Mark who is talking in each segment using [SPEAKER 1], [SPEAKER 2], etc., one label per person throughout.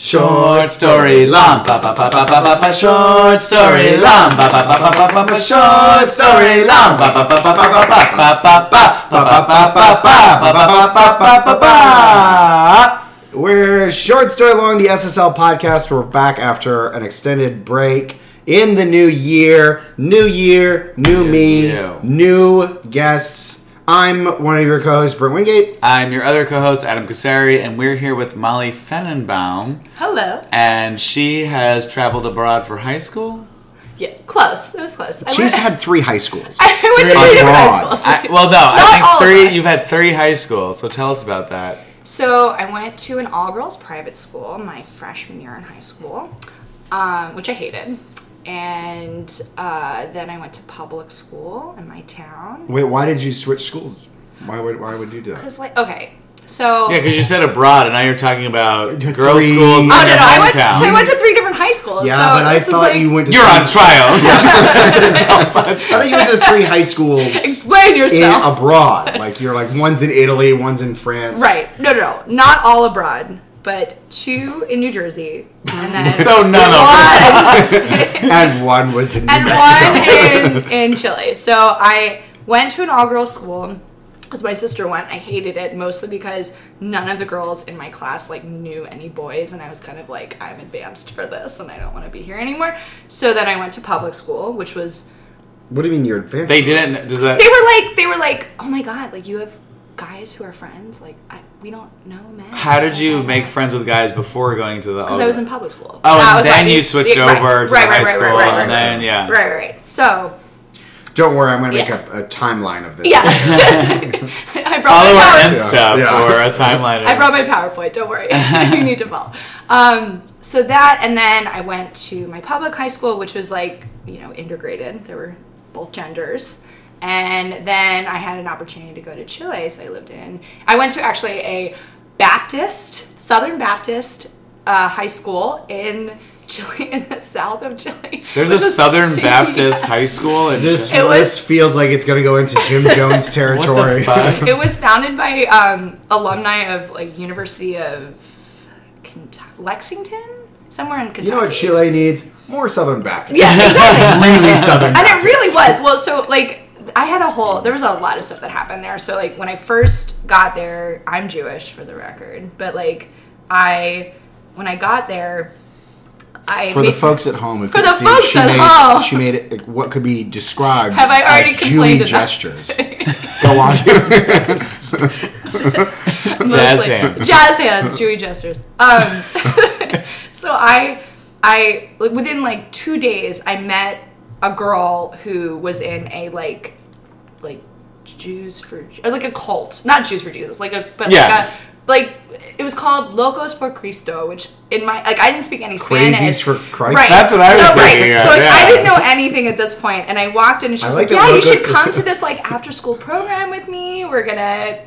[SPEAKER 1] Short story long, ba ba ba ba ba ba ba. Short story long, ba ba ba ba ba ba ba. Short story long, ba ba ba ba ba ba ba ba ba ba ba ba ba ba ba ba ba ba ba ba.
[SPEAKER 2] We're short story long, the SSL podcast. We're back after an extended break in the new year. New year, new me,
[SPEAKER 1] you.
[SPEAKER 2] new guests. I'm one of your co-hosts, Brent Wingate.
[SPEAKER 1] I'm your other co-host Adam Casari, and we're here with Molly Fennenbaum,
[SPEAKER 3] Hello.
[SPEAKER 1] and she has traveled abroad for high school.
[SPEAKER 3] Yeah, close. It was close. I
[SPEAKER 2] She's
[SPEAKER 3] went,
[SPEAKER 2] had three high schools.
[SPEAKER 3] I went to
[SPEAKER 1] Abroad.
[SPEAKER 3] three different high schools.
[SPEAKER 1] I, well, no,
[SPEAKER 3] Not
[SPEAKER 1] I
[SPEAKER 3] all
[SPEAKER 1] think
[SPEAKER 3] of
[SPEAKER 1] three.
[SPEAKER 3] us.
[SPEAKER 1] You've had three high schools, so tell us about that.
[SPEAKER 3] so I went to an all-girls private school my freshman year in high school, um, which I hated. And uh, then I went to public school in my town.
[SPEAKER 2] Wait, why did you switch schools? Why would why would you do that?
[SPEAKER 3] Because, like, okay, so...
[SPEAKER 1] Yeah, because you said abroad, and now you're talking about
[SPEAKER 2] Three-
[SPEAKER 1] girls' schools in
[SPEAKER 3] Oh,
[SPEAKER 1] your
[SPEAKER 3] no, no, I went, so
[SPEAKER 1] hometown.
[SPEAKER 3] I went to three different high schools.
[SPEAKER 2] Yeah,
[SPEAKER 3] so
[SPEAKER 2] but I
[SPEAKER 3] this is
[SPEAKER 2] thought
[SPEAKER 3] like,
[SPEAKER 2] you went to
[SPEAKER 1] You're
[SPEAKER 2] three,
[SPEAKER 1] on trial.
[SPEAKER 2] I thought you went to three high schools
[SPEAKER 3] Explain
[SPEAKER 2] in
[SPEAKER 3] yourself.
[SPEAKER 2] abroad. Like you're like one's in Italy, one's in France.
[SPEAKER 3] Right. No, no, no. Not all abroad, but two in New Jersey. And then
[SPEAKER 1] So none of
[SPEAKER 3] one,
[SPEAKER 2] And one was in New
[SPEAKER 3] and one in, in Chile. So I went to an all girls school because my sister went. I hated it mostly because none of the girls in my class like knew any boys, and I was kind of like, I'm advanced for this, and I don't want to be here anymore. So then I went to public school, which was
[SPEAKER 2] What do you mean you're advanced?
[SPEAKER 1] They didn't. Does that?
[SPEAKER 3] they were like they were like, oh my god, like you have guys who are friends, like I, we don't know men.
[SPEAKER 1] How did you make friends with guys before going to the?
[SPEAKER 3] Because I was in public school.
[SPEAKER 1] Oh,
[SPEAKER 3] That
[SPEAKER 1] and
[SPEAKER 3] was
[SPEAKER 1] then
[SPEAKER 3] like-
[SPEAKER 1] you switched
[SPEAKER 3] yeah, right,
[SPEAKER 1] over to
[SPEAKER 3] right,
[SPEAKER 1] the
[SPEAKER 3] right,
[SPEAKER 1] high
[SPEAKER 3] right,
[SPEAKER 1] school,
[SPEAKER 3] right, right, right,
[SPEAKER 1] and then yeah.
[SPEAKER 3] Right, right, right. So
[SPEAKER 2] Don't worry, I'm gonna make
[SPEAKER 3] Yeah.
[SPEAKER 2] up a timeline of this.
[SPEAKER 3] yeah, I brought
[SPEAKER 1] Follow
[SPEAKER 3] my
[SPEAKER 1] our
[SPEAKER 3] power-
[SPEAKER 1] Insta
[SPEAKER 2] Yeah.
[SPEAKER 1] for a timeline. of-
[SPEAKER 3] I brought my PowerPoint. Don't worry, you need to follow. Um, so that, and then I went to my public high school, which was like you know integrated. There were both genders, and then I had an opportunity to go to Chile, so I lived in. I went to actually a Baptist, Southern Baptist uh, high school in Chile, in the south of Chile.
[SPEAKER 1] There's a
[SPEAKER 3] Which is-
[SPEAKER 1] Southern Baptist
[SPEAKER 3] Yeah.
[SPEAKER 1] high school in.
[SPEAKER 2] This
[SPEAKER 1] Chi-
[SPEAKER 3] It was-
[SPEAKER 2] list feels like it's gonna go into Jim Jones
[SPEAKER 1] what
[SPEAKER 2] territory.
[SPEAKER 1] the fuck?
[SPEAKER 3] It was founded by um, alumni of like University of Kentucky, Lexington, somewhere in Kentucky.
[SPEAKER 2] You know what Chile needs? More Southern Baptists.
[SPEAKER 3] Yeah, exactly.
[SPEAKER 2] Really Southern
[SPEAKER 3] and it
[SPEAKER 2] Baptists.
[SPEAKER 3] really was. Well, so like I had a whole. There was a lot of stuff that happened there. So like when I first got there, I'm Jewish for the record, but like I when I got there, I
[SPEAKER 2] For the
[SPEAKER 3] made-
[SPEAKER 2] folks at home, if
[SPEAKER 3] For
[SPEAKER 2] you
[SPEAKER 3] the
[SPEAKER 2] see,
[SPEAKER 3] folks
[SPEAKER 2] she
[SPEAKER 3] at
[SPEAKER 2] made,
[SPEAKER 3] home.
[SPEAKER 2] She made it, like, what could be described
[SPEAKER 3] Have I already
[SPEAKER 2] as Jewy
[SPEAKER 3] complained enough?
[SPEAKER 2] gestures. go on.
[SPEAKER 3] mostly-
[SPEAKER 1] Jazz hands.
[SPEAKER 3] jazz hands, Jewy gestures. Um, so I, I like within like two days, I met a girl who was in a like, like Jews for or like a cult, not Jews for Jesus, like a but
[SPEAKER 1] Yeah.
[SPEAKER 3] like a like it was called Locos por Cristo, which in my like I didn't speak any Spanish.
[SPEAKER 2] Crazies for Christ.
[SPEAKER 3] Right.
[SPEAKER 1] That's what I was
[SPEAKER 3] so, right,
[SPEAKER 1] thinking of,
[SPEAKER 3] So like,
[SPEAKER 1] yeah.
[SPEAKER 3] I didn't know anything at this point, and I walked in and she
[SPEAKER 2] I
[SPEAKER 3] was
[SPEAKER 2] like
[SPEAKER 3] like,
[SPEAKER 2] that
[SPEAKER 3] "Yeah, you
[SPEAKER 2] Locos-
[SPEAKER 3] should come to this like after school program with me. We're gonna,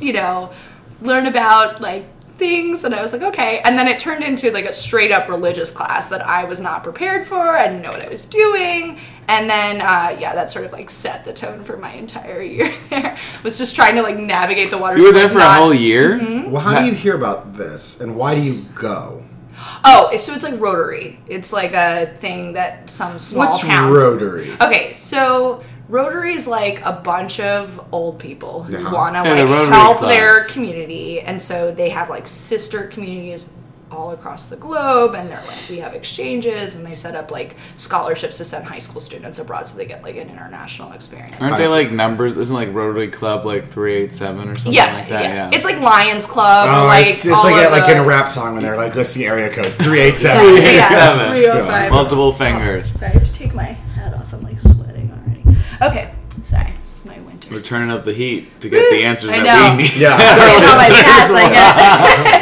[SPEAKER 3] you know, learn about like." things and I was like okay and then it turned into like a straight up religious class that I was not prepared for I didn't know what I was doing and then uh, yeah that sort of like set the tone for my entire year there was just trying to like navigate the waters
[SPEAKER 1] You were
[SPEAKER 3] of,
[SPEAKER 1] there
[SPEAKER 3] like,
[SPEAKER 1] for a
[SPEAKER 3] not- Mm-hmm.
[SPEAKER 1] whole year.
[SPEAKER 2] Well, how do you hear about this, and why do you go?
[SPEAKER 3] oh so it's like Rotary it's like a thing that some small
[SPEAKER 2] What's
[SPEAKER 3] towns
[SPEAKER 2] Rotary?
[SPEAKER 3] Okay, so Rotary is like a bunch of old people who
[SPEAKER 2] Yeah.
[SPEAKER 3] want to
[SPEAKER 1] And a
[SPEAKER 3] like
[SPEAKER 1] Rotary
[SPEAKER 3] help
[SPEAKER 1] club.
[SPEAKER 3] their community, and so they have like sister communities all across the globe, and they're like we have exchanges, and they set up like scholarships to send high school students abroad, so they get like an international experience.
[SPEAKER 1] Aren't
[SPEAKER 2] I
[SPEAKER 1] they
[SPEAKER 2] see.
[SPEAKER 1] like numbers? Isn't like Rotary Club like three eight seven or something
[SPEAKER 3] Yeah,
[SPEAKER 1] like that?
[SPEAKER 3] yeah,
[SPEAKER 1] Yeah.
[SPEAKER 3] It's like Lions Club.
[SPEAKER 2] Oh,
[SPEAKER 3] or, like
[SPEAKER 2] it's, it's
[SPEAKER 3] all
[SPEAKER 2] like
[SPEAKER 3] of
[SPEAKER 2] a, like
[SPEAKER 3] the-
[SPEAKER 2] in a rap song when they're like, "Let's see area codes
[SPEAKER 3] Yeah,
[SPEAKER 2] 387.
[SPEAKER 3] yeah,
[SPEAKER 1] 387.
[SPEAKER 3] 305.
[SPEAKER 1] multiple fingers.
[SPEAKER 3] Sorry, I have to take my hat off. I'm like sweating already. Okay, sorry. This is my winter.
[SPEAKER 1] We're turning up the heat to get the answers
[SPEAKER 3] I
[SPEAKER 1] that
[SPEAKER 3] know.
[SPEAKER 1] we need.
[SPEAKER 2] Yeah.
[SPEAKER 3] It's on my chest, like,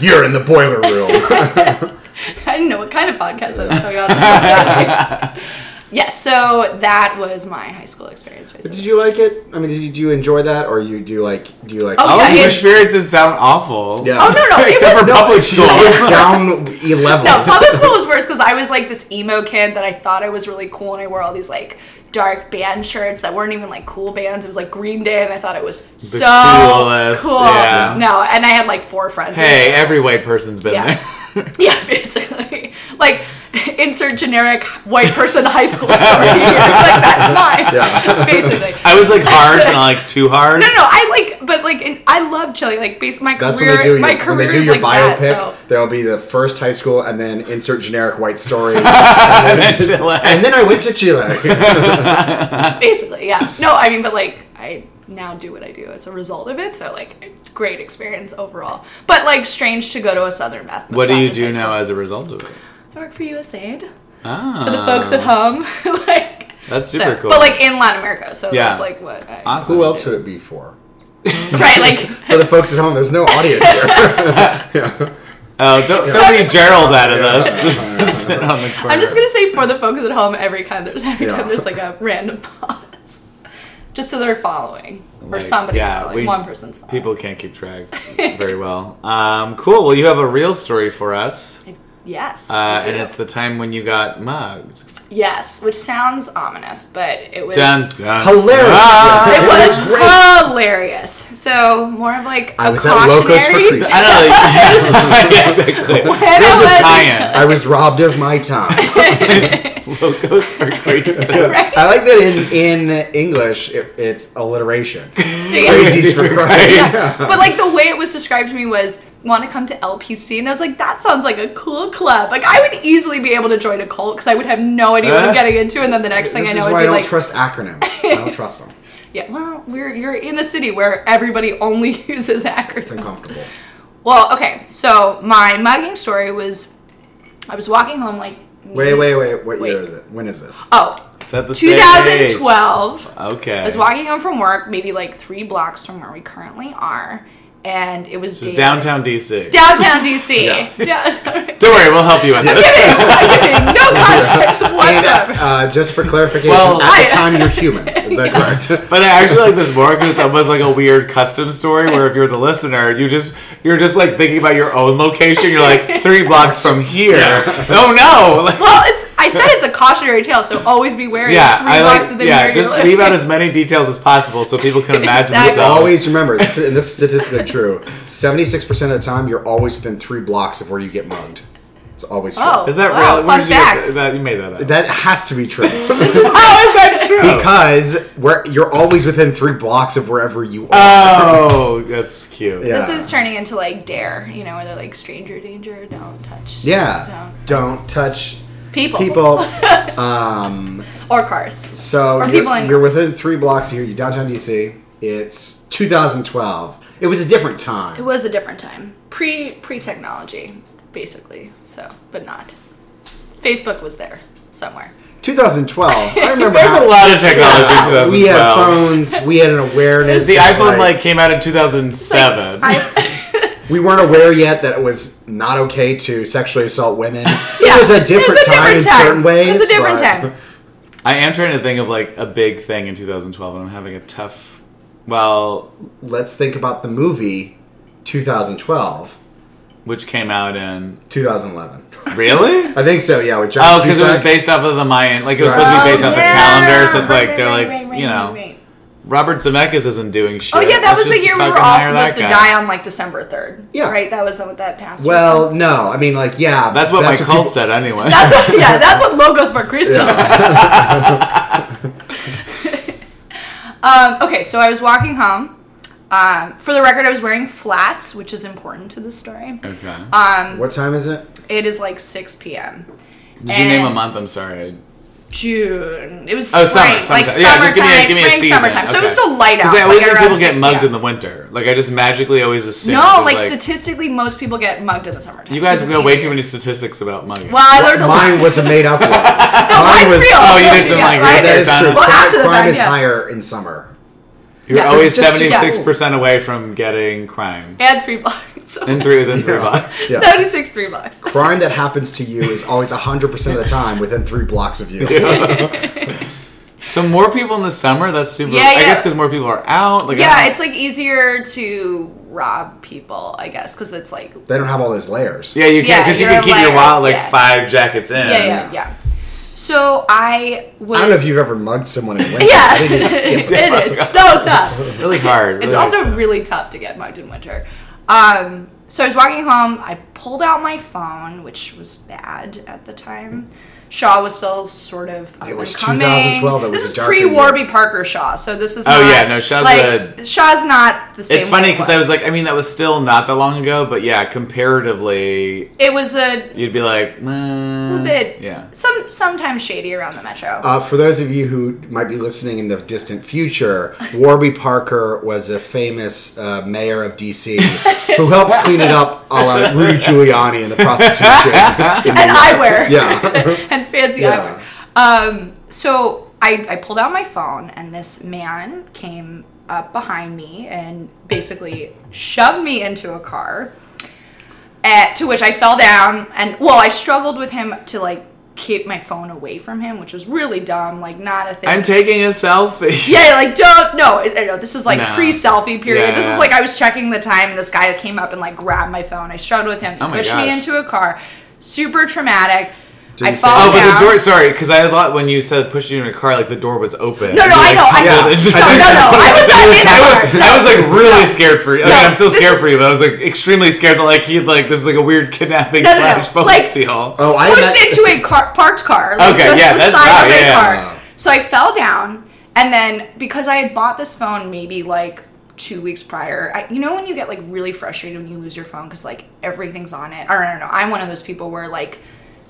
[SPEAKER 2] You're in the boiler room.
[SPEAKER 3] I didn't know what kind of podcast I was talking about. Yes, so that was my high school experience.
[SPEAKER 2] But
[SPEAKER 3] Basically.
[SPEAKER 2] did you like it? I mean, did you, do you enjoy that, or you do you like do you like?
[SPEAKER 3] Oh,
[SPEAKER 1] All
[SPEAKER 3] yeah,
[SPEAKER 1] of your
[SPEAKER 3] it-
[SPEAKER 1] experiences sound awful.
[SPEAKER 2] Yeah.
[SPEAKER 3] oh no, no, it
[SPEAKER 1] Except
[SPEAKER 3] was
[SPEAKER 1] for public school.
[SPEAKER 2] You're down e levels.
[SPEAKER 3] No, public school was worse because I was like this emo kid that I thought I was really cool, and I wore all these like dark band shirts that weren't even like cool bands. It was like Green Day, and I thought it was so
[SPEAKER 1] coolest,
[SPEAKER 3] cool.
[SPEAKER 1] yeah.
[SPEAKER 3] No, and I had like four friends.
[SPEAKER 1] Hey, every white person's been
[SPEAKER 3] Yeah.
[SPEAKER 1] there.
[SPEAKER 3] yeah, basically, like insert generic white person high school story. here. Like that's mine,
[SPEAKER 2] Yeah.
[SPEAKER 3] basically.
[SPEAKER 1] I was like hard, but not like too hard.
[SPEAKER 3] No, no, I like, but like, in, I love Chile. Like, based my
[SPEAKER 2] That's
[SPEAKER 3] career,
[SPEAKER 2] when they do your,
[SPEAKER 3] my
[SPEAKER 2] when
[SPEAKER 3] career
[SPEAKER 2] they do
[SPEAKER 3] is
[SPEAKER 2] your
[SPEAKER 3] like
[SPEAKER 2] biopic.
[SPEAKER 3] that. So
[SPEAKER 2] There'll be the first high school, and then insert generic white story. and, then,
[SPEAKER 1] Chile.
[SPEAKER 2] and then I went to Chile.
[SPEAKER 3] basically, yeah. No, I mean, but like, I now do what I do as a result of it. So like, great experience overall. But like, strange to go to a southern bath.
[SPEAKER 1] What do you do
[SPEAKER 3] Baptist high
[SPEAKER 1] now as a result of it?
[SPEAKER 3] school. I work for USAID
[SPEAKER 1] Ah,
[SPEAKER 3] for the folks at home. like,
[SPEAKER 1] That's super
[SPEAKER 3] so-
[SPEAKER 1] cool.
[SPEAKER 3] But like in Latin America, so
[SPEAKER 1] Yeah.
[SPEAKER 3] that's like what. I,
[SPEAKER 1] Awesome.
[SPEAKER 2] Who else would it be for?
[SPEAKER 3] Right, like.
[SPEAKER 2] For the folks at home, there's no audience here.
[SPEAKER 1] Oh, don't, don't be Gerald out of this. Just sit on the corner.
[SPEAKER 3] I'm just gonna say for the folks at home every time there's every
[SPEAKER 2] Yeah.
[SPEAKER 3] time there's like a random pause, just so they're following or
[SPEAKER 1] Like,
[SPEAKER 3] somebody's
[SPEAKER 1] yeah,
[SPEAKER 3] following,
[SPEAKER 1] we-
[SPEAKER 3] one person's following.
[SPEAKER 1] People can't keep track very well. Um, cool. Well, you have a real story for us,
[SPEAKER 3] Yes, I
[SPEAKER 1] uh, and
[SPEAKER 3] do.
[SPEAKER 1] it's the time when you got mugged.
[SPEAKER 3] yes, which sounds ominous, but it was
[SPEAKER 1] Dun, dun,
[SPEAKER 2] Hilarious.
[SPEAKER 1] dun.
[SPEAKER 3] It,
[SPEAKER 2] It
[SPEAKER 3] was,
[SPEAKER 2] was
[SPEAKER 3] hilarious. So more of like a
[SPEAKER 2] I was at
[SPEAKER 3] cautionary.
[SPEAKER 2] Locos for Creeps.
[SPEAKER 1] I don't know. Like, yeah, exactly.
[SPEAKER 3] And I was-
[SPEAKER 1] Here's
[SPEAKER 2] I was robbed of my time.
[SPEAKER 1] the tie-in. Logos for Christ.
[SPEAKER 3] Right.
[SPEAKER 2] I like that in in English, it, it's alliteration.
[SPEAKER 3] Yes.
[SPEAKER 2] Crazies for
[SPEAKER 1] for
[SPEAKER 2] Christ.
[SPEAKER 1] Christ.
[SPEAKER 3] Yes. But like the way it was described to me was want to come to LPC, and I was like, that sounds like a cool club. Like I would easily be able to join a cult because I would have no idea what
[SPEAKER 1] Uh,
[SPEAKER 3] I'm getting into, and then the next thing
[SPEAKER 2] This
[SPEAKER 3] I
[SPEAKER 2] is
[SPEAKER 3] know,
[SPEAKER 2] why
[SPEAKER 3] it'd
[SPEAKER 2] I don't
[SPEAKER 3] be like,
[SPEAKER 2] trust acronyms. I don't trust them.
[SPEAKER 3] yeah, well, we're you're in a city where everybody only
[SPEAKER 2] It's
[SPEAKER 3] uses acronyms.
[SPEAKER 2] uncomfortable.
[SPEAKER 3] Well, okay, so my mugging story was, I was walking home like.
[SPEAKER 2] Wait, wait, wait. What year
[SPEAKER 3] Wait.
[SPEAKER 2] is it? When is this?
[SPEAKER 3] Oh,
[SPEAKER 1] Set the stage.
[SPEAKER 3] 2012.
[SPEAKER 1] Okay.
[SPEAKER 3] I was walking home from work, maybe like three blocks from where we currently are, and it was
[SPEAKER 1] Just
[SPEAKER 3] daylight.
[SPEAKER 1] downtown DC.
[SPEAKER 3] downtown DC.
[SPEAKER 2] Yeah.
[SPEAKER 3] Down-
[SPEAKER 1] don't worry, we'll help you on this.
[SPEAKER 3] I'm kidding. No context
[SPEAKER 2] And,
[SPEAKER 3] whatsoever.
[SPEAKER 2] uh, just for clarification,
[SPEAKER 1] Well,
[SPEAKER 2] at
[SPEAKER 3] I-
[SPEAKER 2] the time you're human. Is that
[SPEAKER 3] Yes.
[SPEAKER 2] correct?
[SPEAKER 1] But I actually like this more because it's almost like a weird custom story where if you're the listener, you just you're just like thinking about your own location. You're like three blocks from here. Oh no! Like,
[SPEAKER 3] Well, it's. I said it's a cautionary tale, so always be wary.
[SPEAKER 1] yeah,
[SPEAKER 3] of three
[SPEAKER 1] I
[SPEAKER 3] blocks
[SPEAKER 1] like
[SPEAKER 3] within
[SPEAKER 1] yeah.
[SPEAKER 3] where
[SPEAKER 1] Just
[SPEAKER 3] you're
[SPEAKER 1] leave out
[SPEAKER 3] living.
[SPEAKER 1] as many details as possible so people can imagine
[SPEAKER 3] Exactly.
[SPEAKER 1] themselves.
[SPEAKER 2] Always remember, this, and this is statistically true. Seventy-six percent of the time, you're always within three blocks of where you get mugged. It's always true.
[SPEAKER 3] Oh.
[SPEAKER 1] is that
[SPEAKER 3] Wow,
[SPEAKER 1] real?
[SPEAKER 3] fun
[SPEAKER 1] Where did you get
[SPEAKER 3] fact.
[SPEAKER 1] th- that you made that up.
[SPEAKER 2] That has to be true
[SPEAKER 3] This is
[SPEAKER 1] How is that true?
[SPEAKER 2] because where you're always within three blocks of wherever you are.
[SPEAKER 1] oh, that's cute.
[SPEAKER 2] Yeah.
[SPEAKER 3] this is turning into like dare, you know, where they're like stranger danger, don't touch.
[SPEAKER 2] yeah, don't touch
[SPEAKER 3] People.
[SPEAKER 2] people. um,
[SPEAKER 3] Or cars.
[SPEAKER 2] so
[SPEAKER 3] Or
[SPEAKER 2] you're,
[SPEAKER 3] people in-
[SPEAKER 2] you're within three blocks of here. You're downtown DC. It's 2012. It was a different
[SPEAKER 3] It
[SPEAKER 2] time.
[SPEAKER 3] was a different time, pre pre technology, basically. So, but not. Facebook was there somewhere.
[SPEAKER 2] 2012. I remember.
[SPEAKER 1] There's a
[SPEAKER 2] how-
[SPEAKER 1] lot of technology in 2012.
[SPEAKER 2] We had phones. We had an awareness.
[SPEAKER 1] The
[SPEAKER 2] that,
[SPEAKER 1] iPhone like came out in 2007.
[SPEAKER 2] we weren't aware yet that it was not okay to sexually assault women.
[SPEAKER 3] Yeah.
[SPEAKER 2] It was a different
[SPEAKER 3] It was a
[SPEAKER 2] time
[SPEAKER 3] different
[SPEAKER 2] in
[SPEAKER 3] time.
[SPEAKER 2] certain ways.
[SPEAKER 3] It was a different
[SPEAKER 2] but-
[SPEAKER 3] time.
[SPEAKER 1] I am trying to think of like a big thing in 2012, and I'm having a tough. Well,
[SPEAKER 2] Let's think about the movie 2012,
[SPEAKER 1] which came out in
[SPEAKER 2] 2011.
[SPEAKER 1] really?
[SPEAKER 2] I think so. Yeah, with John.
[SPEAKER 1] Oh, because it was
[SPEAKER 2] Cusack.
[SPEAKER 1] based off of the Mayan. Like it was supposed to be
[SPEAKER 2] Right.
[SPEAKER 1] based
[SPEAKER 3] Oh,
[SPEAKER 1] off the calendar, so it's like they're like you know Robert Zemeckis isn't doing shit.
[SPEAKER 3] Oh yeah, that
[SPEAKER 1] Let's
[SPEAKER 3] was the
[SPEAKER 1] just
[SPEAKER 3] year we were
[SPEAKER 1] fucking
[SPEAKER 3] all
[SPEAKER 1] hire that
[SPEAKER 3] supposed to
[SPEAKER 1] guy.
[SPEAKER 3] die on like December third.
[SPEAKER 2] Yeah.
[SPEAKER 3] right. That was what that passed. was
[SPEAKER 2] Well,
[SPEAKER 3] on.
[SPEAKER 2] no. I mean, like, yeah.
[SPEAKER 1] That's what my cult
[SPEAKER 2] people-
[SPEAKER 1] said anyway.
[SPEAKER 3] that's what, yeah, that's what logos for Christus. um, okay, so I was walking home. Um, for the record, I was wearing flats, which is important to the story.
[SPEAKER 1] okay.
[SPEAKER 2] What time is it?
[SPEAKER 3] It is like six p.m.
[SPEAKER 1] Did you name a month? I'm sorry.
[SPEAKER 3] June. It was
[SPEAKER 1] Oh,
[SPEAKER 3] spring,
[SPEAKER 1] summer.
[SPEAKER 3] like
[SPEAKER 1] summertime. yeah,
[SPEAKER 3] summertime,
[SPEAKER 1] just give me a, give me a
[SPEAKER 3] spring,
[SPEAKER 1] season.
[SPEAKER 3] summertime. So it was
[SPEAKER 1] Okay.
[SPEAKER 3] still light out.
[SPEAKER 1] Because I always
[SPEAKER 3] like,
[SPEAKER 1] hear people
[SPEAKER 3] around
[SPEAKER 1] get
[SPEAKER 3] 6
[SPEAKER 1] mugged
[SPEAKER 3] p.m.
[SPEAKER 1] in the winter. Like I just magically always assume. it
[SPEAKER 3] No,
[SPEAKER 1] was,
[SPEAKER 3] like, statistically, most people get mugged in the summertime.
[SPEAKER 1] You guys
[SPEAKER 3] It's
[SPEAKER 1] know way too
[SPEAKER 3] easier.
[SPEAKER 1] many statistics about mugging.
[SPEAKER 3] Well, I learned a lot.
[SPEAKER 2] Mine was a made up one.
[SPEAKER 3] mine's
[SPEAKER 2] Mine was.
[SPEAKER 3] real.
[SPEAKER 1] Oh, you did some
[SPEAKER 3] Yeah,
[SPEAKER 1] like
[SPEAKER 3] right.
[SPEAKER 2] That
[SPEAKER 1] research
[SPEAKER 2] is true.
[SPEAKER 1] on it.
[SPEAKER 3] Well,
[SPEAKER 2] crime
[SPEAKER 3] after the
[SPEAKER 2] crime
[SPEAKER 3] fact,
[SPEAKER 2] is
[SPEAKER 3] yeah.
[SPEAKER 2] higher in summer.
[SPEAKER 1] You're
[SPEAKER 3] Yeah,
[SPEAKER 1] always
[SPEAKER 2] it's just too
[SPEAKER 1] seventy six
[SPEAKER 2] cold.
[SPEAKER 1] percent away from getting crime.
[SPEAKER 3] And three blocks. So
[SPEAKER 1] And three within three
[SPEAKER 2] Yeah.
[SPEAKER 1] blocks.
[SPEAKER 2] Yeah.
[SPEAKER 3] 76 three blocks.
[SPEAKER 2] Crime that happens to you is always 100% of the time within three blocks of you.
[SPEAKER 1] So more people in the summer. That's super.
[SPEAKER 3] Yeah,
[SPEAKER 1] I
[SPEAKER 3] yeah.
[SPEAKER 1] guess because more people are out. Like, I
[SPEAKER 3] Yeah,
[SPEAKER 1] don't-
[SPEAKER 3] it's like easier to rob people, I guess, because it's like
[SPEAKER 2] They don't have all those layers.
[SPEAKER 1] yeah, you can
[SPEAKER 3] yeah,
[SPEAKER 1] because you
[SPEAKER 3] you're
[SPEAKER 1] can
[SPEAKER 3] a
[SPEAKER 1] keep your wallet
[SPEAKER 3] layers,
[SPEAKER 1] like
[SPEAKER 3] yeah.
[SPEAKER 1] five jackets in.
[SPEAKER 3] yeah, yeah, yeah. So I was.
[SPEAKER 2] I don't know if you've ever mugged someone in winter.
[SPEAKER 3] Yeah,
[SPEAKER 2] but it is different.
[SPEAKER 3] it is so tough.
[SPEAKER 1] Really hard. really
[SPEAKER 3] It's
[SPEAKER 1] hard.
[SPEAKER 3] also really tough to get mugged in winter. Um, so I was walking home. I pulled out my phone, which was bad at the time. Shaw was still sort of. Up
[SPEAKER 2] It was
[SPEAKER 3] and coming.
[SPEAKER 2] 2012, it was
[SPEAKER 3] this
[SPEAKER 2] a
[SPEAKER 3] is
[SPEAKER 2] darker
[SPEAKER 3] pre Warby Parker Shaw, so this is.
[SPEAKER 1] Oh,
[SPEAKER 3] not,
[SPEAKER 1] yeah, no, Shaw's
[SPEAKER 3] like,
[SPEAKER 1] a-
[SPEAKER 3] Shaw's not the same.
[SPEAKER 1] It's funny
[SPEAKER 3] way it
[SPEAKER 1] because I was like, I mean, that was still not that long ago, but yeah, comparatively,
[SPEAKER 3] it was a,
[SPEAKER 1] you'd be like, nah.
[SPEAKER 3] it's a bit
[SPEAKER 1] Yeah.
[SPEAKER 3] some sometimes shady around the metro.
[SPEAKER 2] Uh, for those of you who might be listening in the distant future, Warby Parker was a famous uh, mayor of D.C. who helped clean it up a la Rudy Giuliani and the prostitution. in New
[SPEAKER 3] and
[SPEAKER 2] York.
[SPEAKER 3] eyewear.
[SPEAKER 2] Yeah.
[SPEAKER 3] and fancy
[SPEAKER 2] Yeah.
[SPEAKER 3] eyewear. Um, so I, I pulled out my phone, and this man came up behind me and basically shoved me into a car. At, to which I fell down, and well, I struggled with him to like keep my phone away from him, which was really dumb, like not a thing.
[SPEAKER 1] I'm taking a selfie.
[SPEAKER 3] yeah, like don't no, I- I know this is like
[SPEAKER 1] Nah.
[SPEAKER 3] pre-selfie period.
[SPEAKER 1] Yeah,
[SPEAKER 3] This
[SPEAKER 1] yeah.
[SPEAKER 3] is like I was checking the time, and this guy came up and like grabbed my phone. I struggled with him, He
[SPEAKER 1] Oh my
[SPEAKER 3] pushed
[SPEAKER 1] gosh.
[SPEAKER 3] me into a car, super traumatic.
[SPEAKER 2] Didn't
[SPEAKER 3] I
[SPEAKER 2] say-
[SPEAKER 3] fall
[SPEAKER 1] Oh, but the
[SPEAKER 3] down.
[SPEAKER 1] door. Sorry, because I thought when you said push you in a car, like the door was open.
[SPEAKER 3] No, no,
[SPEAKER 1] You,
[SPEAKER 3] I
[SPEAKER 1] like,
[SPEAKER 3] know. I
[SPEAKER 1] tumbled
[SPEAKER 3] know.
[SPEAKER 1] into-
[SPEAKER 3] No, no, no. I was not
[SPEAKER 1] I
[SPEAKER 3] in the
[SPEAKER 1] was,
[SPEAKER 3] car.
[SPEAKER 1] I was like really
[SPEAKER 3] No.
[SPEAKER 1] scared for you. I mean,
[SPEAKER 3] No,
[SPEAKER 1] I'm still
[SPEAKER 3] this
[SPEAKER 1] scared
[SPEAKER 3] is-
[SPEAKER 1] for you, but I was like extremely scared that like he like this is like a weird kidnapping
[SPEAKER 3] No, no, no.
[SPEAKER 1] slash phone
[SPEAKER 3] Like-
[SPEAKER 1] steal.
[SPEAKER 2] Oh, I
[SPEAKER 3] pushed
[SPEAKER 2] met-
[SPEAKER 3] into a car, parked car. Like
[SPEAKER 1] Okay,
[SPEAKER 3] just
[SPEAKER 1] yeah,
[SPEAKER 3] the
[SPEAKER 1] that's
[SPEAKER 3] side
[SPEAKER 1] bad,
[SPEAKER 3] of a
[SPEAKER 1] yeah.
[SPEAKER 3] car.
[SPEAKER 2] Wow.
[SPEAKER 3] So I fell down, and then because I had bought this phone maybe like two weeks prior, I, you know when you get like really frustrated when you lose your phone because like everything's on it. Or no, no, no, I'm one of those people where like.